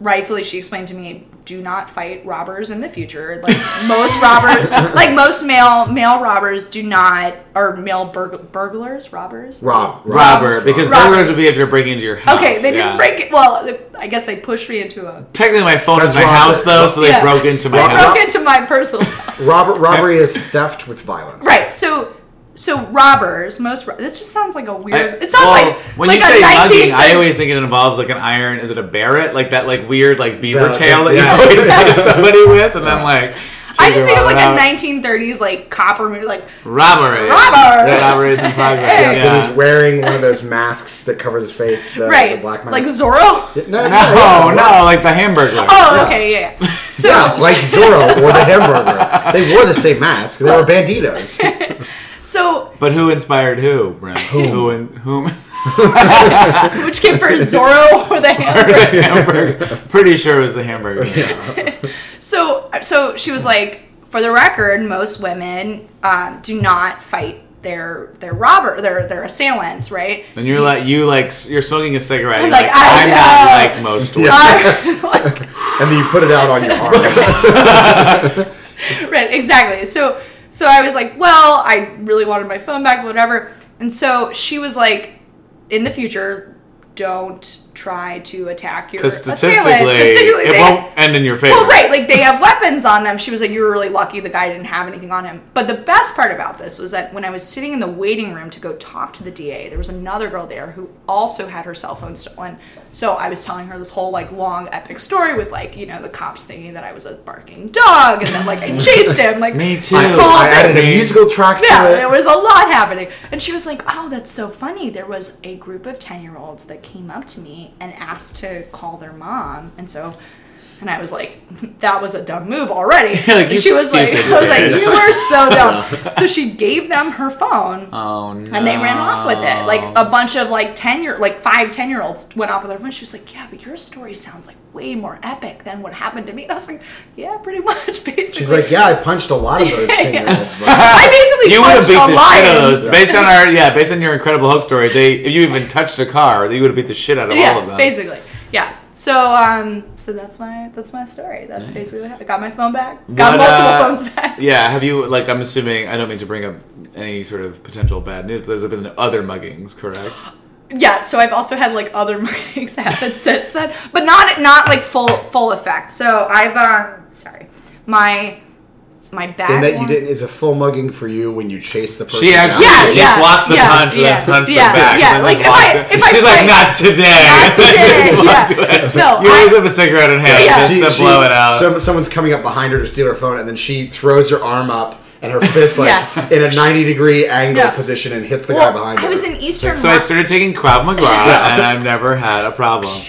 [SPEAKER 3] rightfully, she explained to me, "Do not fight robbers in the future. Like most robbers, like most male male robbers, do not or male burg- burglars, robbers,
[SPEAKER 2] Rob,
[SPEAKER 1] Robber, because
[SPEAKER 3] Robber.
[SPEAKER 1] burglars would be if they're breaking into your house.
[SPEAKER 3] Okay, they didn't
[SPEAKER 1] yeah.
[SPEAKER 3] break it. Well, they- I guess they pushed me into a
[SPEAKER 1] Technically, my phone
[SPEAKER 2] That's
[SPEAKER 1] is my
[SPEAKER 2] robber.
[SPEAKER 1] house though, so they
[SPEAKER 3] Yeah.
[SPEAKER 1] broke into my
[SPEAKER 3] They
[SPEAKER 1] house.
[SPEAKER 3] broke into my personal house.
[SPEAKER 2] Robert, robbery is theft with violence.
[SPEAKER 3] Right. So so robbers, most ro- that just sounds like a weird.
[SPEAKER 1] I-
[SPEAKER 3] it sounds
[SPEAKER 1] well,
[SPEAKER 3] like
[SPEAKER 1] when
[SPEAKER 3] like
[SPEAKER 1] you say
[SPEAKER 3] a
[SPEAKER 1] mugging,
[SPEAKER 3] 19th
[SPEAKER 1] I always think it involves like an iron. Is it a barret? Like that, like weird, like beaver
[SPEAKER 2] Yeah,
[SPEAKER 1] tail that
[SPEAKER 2] yeah.
[SPEAKER 1] you always
[SPEAKER 3] Yeah.
[SPEAKER 1] hit somebody with, and then like.
[SPEAKER 3] I just think of like
[SPEAKER 1] out.
[SPEAKER 3] a 1930s like copper movie, like
[SPEAKER 1] robbery.
[SPEAKER 3] Robberies.
[SPEAKER 1] Yeah, robberies in progress.
[SPEAKER 2] Yeah,
[SPEAKER 3] Yeah.
[SPEAKER 2] so he's wearing one of those masks that covers his face, the,
[SPEAKER 3] right,
[SPEAKER 2] the black mask.
[SPEAKER 3] like Zorro.
[SPEAKER 2] no,
[SPEAKER 1] No, no, like the hamburger.
[SPEAKER 3] Oh, okay, yeah. yeah. So
[SPEAKER 2] Yeah, like Zorro or the Hamburger. They wore the same mask. They were banditos.
[SPEAKER 3] so
[SPEAKER 1] But who inspired who, Brent? Whom? Who in, whom?
[SPEAKER 3] which came first, Zorro or the hamburger?
[SPEAKER 1] hamburger. Pretty sure it was the hamburger.
[SPEAKER 3] So so she was like, for the record, most women um, do not fight their their robber their their assailants, right?
[SPEAKER 1] And you're like, you like, s- you're smoking a cigarette.
[SPEAKER 3] I'm
[SPEAKER 1] you're
[SPEAKER 3] like,
[SPEAKER 1] like,
[SPEAKER 3] I
[SPEAKER 1] I'm
[SPEAKER 3] know."
[SPEAKER 1] not like most women.
[SPEAKER 3] Uh, like,
[SPEAKER 2] And then you put it out on your arm.
[SPEAKER 3] right, exactly. So so I was like, well, I really wanted my phone back, whatever. And so she was like, in the future, don't try to attack your
[SPEAKER 1] Because
[SPEAKER 3] assailant.
[SPEAKER 1] statistically,
[SPEAKER 3] Statistically,
[SPEAKER 1] it
[SPEAKER 3] they-
[SPEAKER 1] won't end in your favor.
[SPEAKER 3] Well, right, like they have weapons on them. She was like, "You were really lucky. The guy didn't have anything on him." But the best part about this was that when I was sitting in the waiting room to go talk to the DA, there was another girl there who also had her cell phone stolen. So I was telling her this whole like long epic story with like you know the cops thinking that I was a barking dog and then like I chased him. Like
[SPEAKER 1] Me
[SPEAKER 3] this
[SPEAKER 1] too.
[SPEAKER 2] I,
[SPEAKER 3] whole
[SPEAKER 2] I
[SPEAKER 3] thing.
[SPEAKER 2] added a musical track to
[SPEAKER 3] Yeah,
[SPEAKER 2] it.
[SPEAKER 3] there was a lot happening. And she was like, Oh, that's so funny. There was a group of 10 year olds that came up to me and asked to call their mom. And so, and I was like, That was a dumb move already.
[SPEAKER 1] like,
[SPEAKER 3] and
[SPEAKER 1] "You
[SPEAKER 3] she was like,
[SPEAKER 1] stupid
[SPEAKER 3] I was like,
[SPEAKER 1] bitch."
[SPEAKER 3] You were so dumb. so she gave them her phone.
[SPEAKER 1] Oh no.
[SPEAKER 3] And they ran off with it. Like a bunch of like ten year, like five ten year olds went off with their phone. She was like, "Yeah, but your story sounds like way more epic than what happened to me." And I was like, "Yeah, pretty much, basically."
[SPEAKER 2] She's like, yeah, I punched a lot of those 10 year olds.
[SPEAKER 3] I basically
[SPEAKER 1] You would have
[SPEAKER 3] punched
[SPEAKER 1] beat
[SPEAKER 3] a
[SPEAKER 1] the shit out
[SPEAKER 3] lion.
[SPEAKER 1] of those. Based on our yeah, based on your Incredible Hulk story, they if you even touched a car, you would have beat the shit out of all of
[SPEAKER 3] yeah,
[SPEAKER 1] them.
[SPEAKER 3] basically. Yeah. So um, so that's my that's my story. That's basically what happened. Got my phone back. Got
[SPEAKER 1] What,
[SPEAKER 3] multiple
[SPEAKER 1] uh,
[SPEAKER 3] phones back.
[SPEAKER 1] Yeah, have you like? I'm assuming I don't mean to bring up any sort of potential bad news, but there's been other muggings, correct?
[SPEAKER 3] Yeah. So I've also had like other muggings happen since then, but not not like full full effect. So I've um, sorry, my my back.
[SPEAKER 2] And that you
[SPEAKER 3] one-
[SPEAKER 2] didn't is a full mugging for you when you chase the person.
[SPEAKER 1] She actually
[SPEAKER 3] Yeah,
[SPEAKER 1] she
[SPEAKER 3] yeah,
[SPEAKER 1] blocked the
[SPEAKER 3] yeah,
[SPEAKER 1] punch, and
[SPEAKER 3] yeah,
[SPEAKER 1] then punched
[SPEAKER 3] yeah,
[SPEAKER 1] the back.
[SPEAKER 3] yeah,
[SPEAKER 1] and then
[SPEAKER 3] like,
[SPEAKER 1] just
[SPEAKER 3] if I-
[SPEAKER 1] walked
[SPEAKER 3] if I
[SPEAKER 1] She's
[SPEAKER 3] fight-
[SPEAKER 1] like, not today.
[SPEAKER 3] Not today,
[SPEAKER 1] Just walked
[SPEAKER 3] yeah.
[SPEAKER 1] away.
[SPEAKER 3] No,
[SPEAKER 1] you always
[SPEAKER 3] I-
[SPEAKER 1] have a cigarette in hand
[SPEAKER 3] Yeah.
[SPEAKER 1] just to blow it out.
[SPEAKER 2] Some, someone's coming up behind her to steal her phone, and then she throws her arm up and her fist like
[SPEAKER 3] Yeah.
[SPEAKER 2] in a 90 degree angle
[SPEAKER 3] Yeah.
[SPEAKER 2] position and hits the guy
[SPEAKER 3] Well,
[SPEAKER 2] behind her.
[SPEAKER 3] I was in Eastern.
[SPEAKER 1] so I started taking Krav Maga, and I've never had a problem.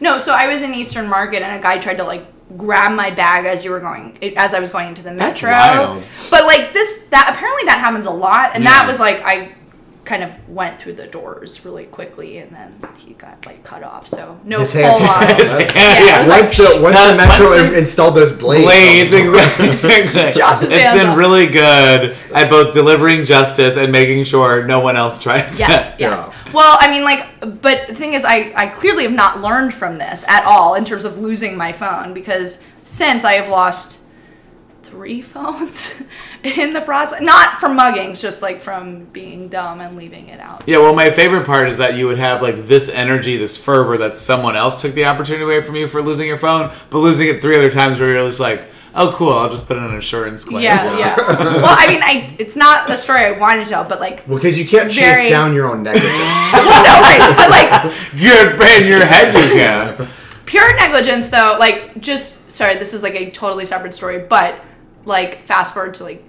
[SPEAKER 3] No, so I was in Eastern Market and a guy tried to like grab my bag as you were going as I was going into the
[SPEAKER 1] That's
[SPEAKER 3] metro.
[SPEAKER 1] wild.
[SPEAKER 3] But like this that apparently that happens a lot and
[SPEAKER 1] Yeah.
[SPEAKER 3] that was like I kind of went through the doors really quickly and then he got like cut off. So no
[SPEAKER 2] His
[SPEAKER 3] full
[SPEAKER 2] hands-
[SPEAKER 3] on.
[SPEAKER 2] His
[SPEAKER 3] yeah,
[SPEAKER 1] hands-
[SPEAKER 3] it was
[SPEAKER 2] once
[SPEAKER 3] like
[SPEAKER 2] the, once
[SPEAKER 1] Now,
[SPEAKER 2] the metro
[SPEAKER 1] once
[SPEAKER 2] in- installed those blades,
[SPEAKER 1] Blades,
[SPEAKER 2] on-
[SPEAKER 1] exactly.
[SPEAKER 3] Chop
[SPEAKER 1] it's
[SPEAKER 3] his hands
[SPEAKER 1] been
[SPEAKER 3] off.
[SPEAKER 1] really good at both delivering justice and making sure no one else tries
[SPEAKER 3] Yes,
[SPEAKER 1] that.
[SPEAKER 3] yes.
[SPEAKER 2] Yeah.
[SPEAKER 3] Well, I mean, like, but the thing is, I, I clearly have not learned from this at all in terms of losing my phone because since I have lost three phones in the process, not from muggings, just like from being dumb and leaving it out.
[SPEAKER 1] Yeah, well, my favorite part is that you would have like this energy, this fervor that someone else took the opportunity away from you for losing your phone, but losing it three other times where you're just like, oh, cool, I'll just put in an insurance claim.
[SPEAKER 3] Yeah, yeah. well, I mean, I it's not the story I wanted to tell, but like,
[SPEAKER 2] Well, because you can't chase
[SPEAKER 3] Very-
[SPEAKER 2] down your own negligence.
[SPEAKER 3] no, right, but like
[SPEAKER 1] You're paying your head, you can.
[SPEAKER 3] pure negligence though like just sorry this is like a totally separate story but like fast forward to like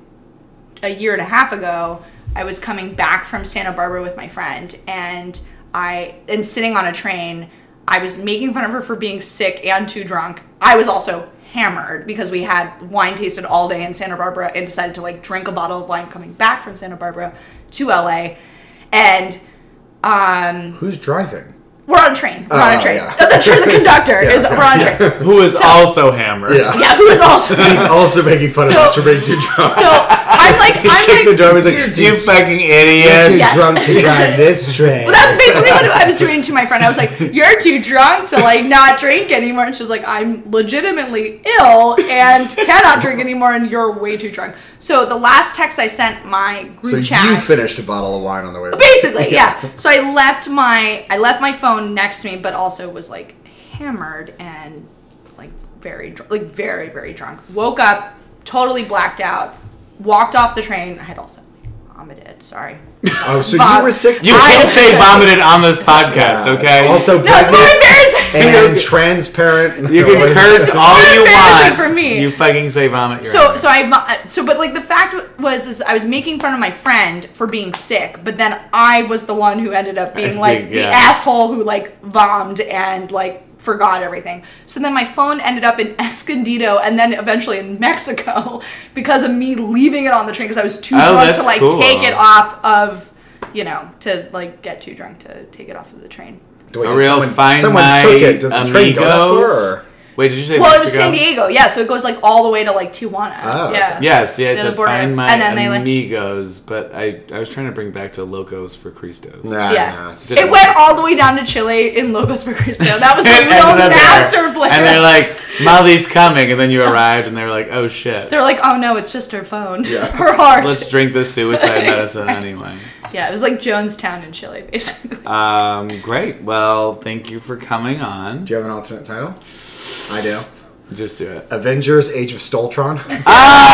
[SPEAKER 3] a year and a half ago i was coming back from santa barbara with my friend and i and sitting on a train i was making fun of her for being sick and too drunk i was also hammered because we had wine tasted all day in santa barbara and decided to like drink a bottle of wine coming back from santa barbara to la and um
[SPEAKER 2] Who's driving?
[SPEAKER 3] we're on a train. We're on
[SPEAKER 2] Oh,
[SPEAKER 3] a train.
[SPEAKER 2] yeah.
[SPEAKER 3] The, tra- the conductor is we're on a train.
[SPEAKER 1] Who is also hammered.
[SPEAKER 2] Yeah.
[SPEAKER 3] Yeah, who is also
[SPEAKER 2] He's also making fun of
[SPEAKER 3] So-
[SPEAKER 2] us for being too drunk.
[SPEAKER 3] so I'm like
[SPEAKER 2] he kicked
[SPEAKER 3] I'm
[SPEAKER 2] the
[SPEAKER 3] like
[SPEAKER 2] driver. He's like,
[SPEAKER 1] You
[SPEAKER 2] "You're
[SPEAKER 1] fucking
[SPEAKER 2] too
[SPEAKER 1] idiot.
[SPEAKER 3] Yes.
[SPEAKER 2] drunk to drive this train."
[SPEAKER 3] well, that's basically what I was doing to my friend. I was like, "You're too drunk to like not drink anymore," and she was like, "I'm legitimately ill and cannot drink anymore, and you're way too drunk." So the last text I sent my group
[SPEAKER 2] so
[SPEAKER 3] chat.
[SPEAKER 2] you finished a bottle of wine on the way. back.
[SPEAKER 3] basically yeah. so i left my i left my phone next to me but also was like hammered and like very dr- like very very drunk woke up totally blacked out walked off the train i had also vomited. Sorry.
[SPEAKER 2] Oh, so you
[SPEAKER 3] Bob.
[SPEAKER 2] were sick. Uh,
[SPEAKER 1] You can't say vomited on this podcast, okay?
[SPEAKER 2] Also,
[SPEAKER 3] No, it's
[SPEAKER 2] pregnant
[SPEAKER 3] more embarrassing.
[SPEAKER 2] and transparent.
[SPEAKER 1] you can curse all
[SPEAKER 3] more
[SPEAKER 1] you
[SPEAKER 3] embarrassing
[SPEAKER 1] want.
[SPEAKER 3] for me.
[SPEAKER 1] You fucking say vomit. You're
[SPEAKER 3] So, so I, mo- so, but like the fact was, is I was making fun of my friend for being sick, but then I was the one who ended up being
[SPEAKER 1] That's
[SPEAKER 3] like
[SPEAKER 1] big,
[SPEAKER 3] the
[SPEAKER 1] yeah.
[SPEAKER 3] asshole who like vomed and like forgot everything. So then my phone ended up in Escondido and then eventually in Mexico because of me leaving it on the train because I was too
[SPEAKER 1] Oh,
[SPEAKER 3] drunk to
[SPEAKER 1] that's
[SPEAKER 3] like
[SPEAKER 1] cool.
[SPEAKER 3] take it off of, you know, to like get too drunk to take it off of the train.
[SPEAKER 2] Wait,
[SPEAKER 1] a
[SPEAKER 2] did
[SPEAKER 1] real
[SPEAKER 2] someone-
[SPEAKER 1] fine
[SPEAKER 2] someone
[SPEAKER 1] my
[SPEAKER 2] took it. Does the
[SPEAKER 1] amigos.
[SPEAKER 2] train go that far, or-
[SPEAKER 1] Wait, did you say
[SPEAKER 3] Well, it was
[SPEAKER 1] Mexico?
[SPEAKER 3] San Diego, yeah. So it goes like all the way to like Tijuana.
[SPEAKER 2] Oh, okay.
[SPEAKER 3] yeah.
[SPEAKER 1] Yes, yeah, I
[SPEAKER 3] the
[SPEAKER 1] said
[SPEAKER 3] border.
[SPEAKER 1] find my
[SPEAKER 3] And then they, like-
[SPEAKER 1] amigos, but I, I was trying to bring back to Locos for Cristos.
[SPEAKER 2] Nah, nah,
[SPEAKER 3] Yeah.
[SPEAKER 2] it's
[SPEAKER 1] Did-
[SPEAKER 3] It went all the way down to Chile in Logos for Cristo. That was the
[SPEAKER 1] It ended
[SPEAKER 3] real
[SPEAKER 1] up there.
[SPEAKER 3] master plan.
[SPEAKER 1] And they're like, Molly's coming, and then you arrived, and they're like, oh shit,
[SPEAKER 3] They're like, oh no, it's just her phone.
[SPEAKER 2] Yeah.
[SPEAKER 3] Her heart.
[SPEAKER 1] let's drink this suicide medicine anyway.
[SPEAKER 3] yeah, it was like Jonestown in Chile, basically.
[SPEAKER 1] Um, great. Well, thank you for coming on.
[SPEAKER 2] Do you have an alternate title? I do.
[SPEAKER 1] Just do it.
[SPEAKER 2] Avengers: Age of Stoltron.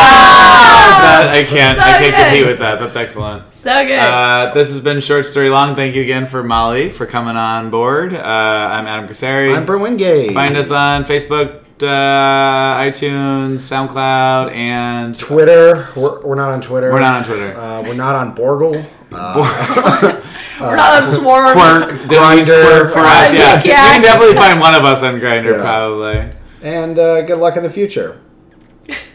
[SPEAKER 1] Ah! That- I can't. I can't
[SPEAKER 3] Ah! so
[SPEAKER 1] compete
[SPEAKER 3] good.
[SPEAKER 1] with that. That's excellent.
[SPEAKER 3] So good.
[SPEAKER 1] Uh, this has been short story long. Thank you again for Molly for coming on board. Uh, I'm Adam Cassari.
[SPEAKER 2] I'm Bert Wingate.
[SPEAKER 1] Find us on Facebook, uh, iTunes, SoundCloud, and
[SPEAKER 2] Twitter. We're, we're not on Twitter.
[SPEAKER 1] we're not on Twitter.
[SPEAKER 2] Uh, we're not on Borgle. Uh,
[SPEAKER 3] We're not on Swarm.
[SPEAKER 1] Quirk, don't use
[SPEAKER 2] Grindr.
[SPEAKER 1] Quirk for us. Yeah,
[SPEAKER 3] Grindr,
[SPEAKER 1] you
[SPEAKER 3] yeah.
[SPEAKER 1] can definitely find one of us on Grinder,
[SPEAKER 2] Yeah.
[SPEAKER 1] probably.
[SPEAKER 2] and uh, good luck in the future.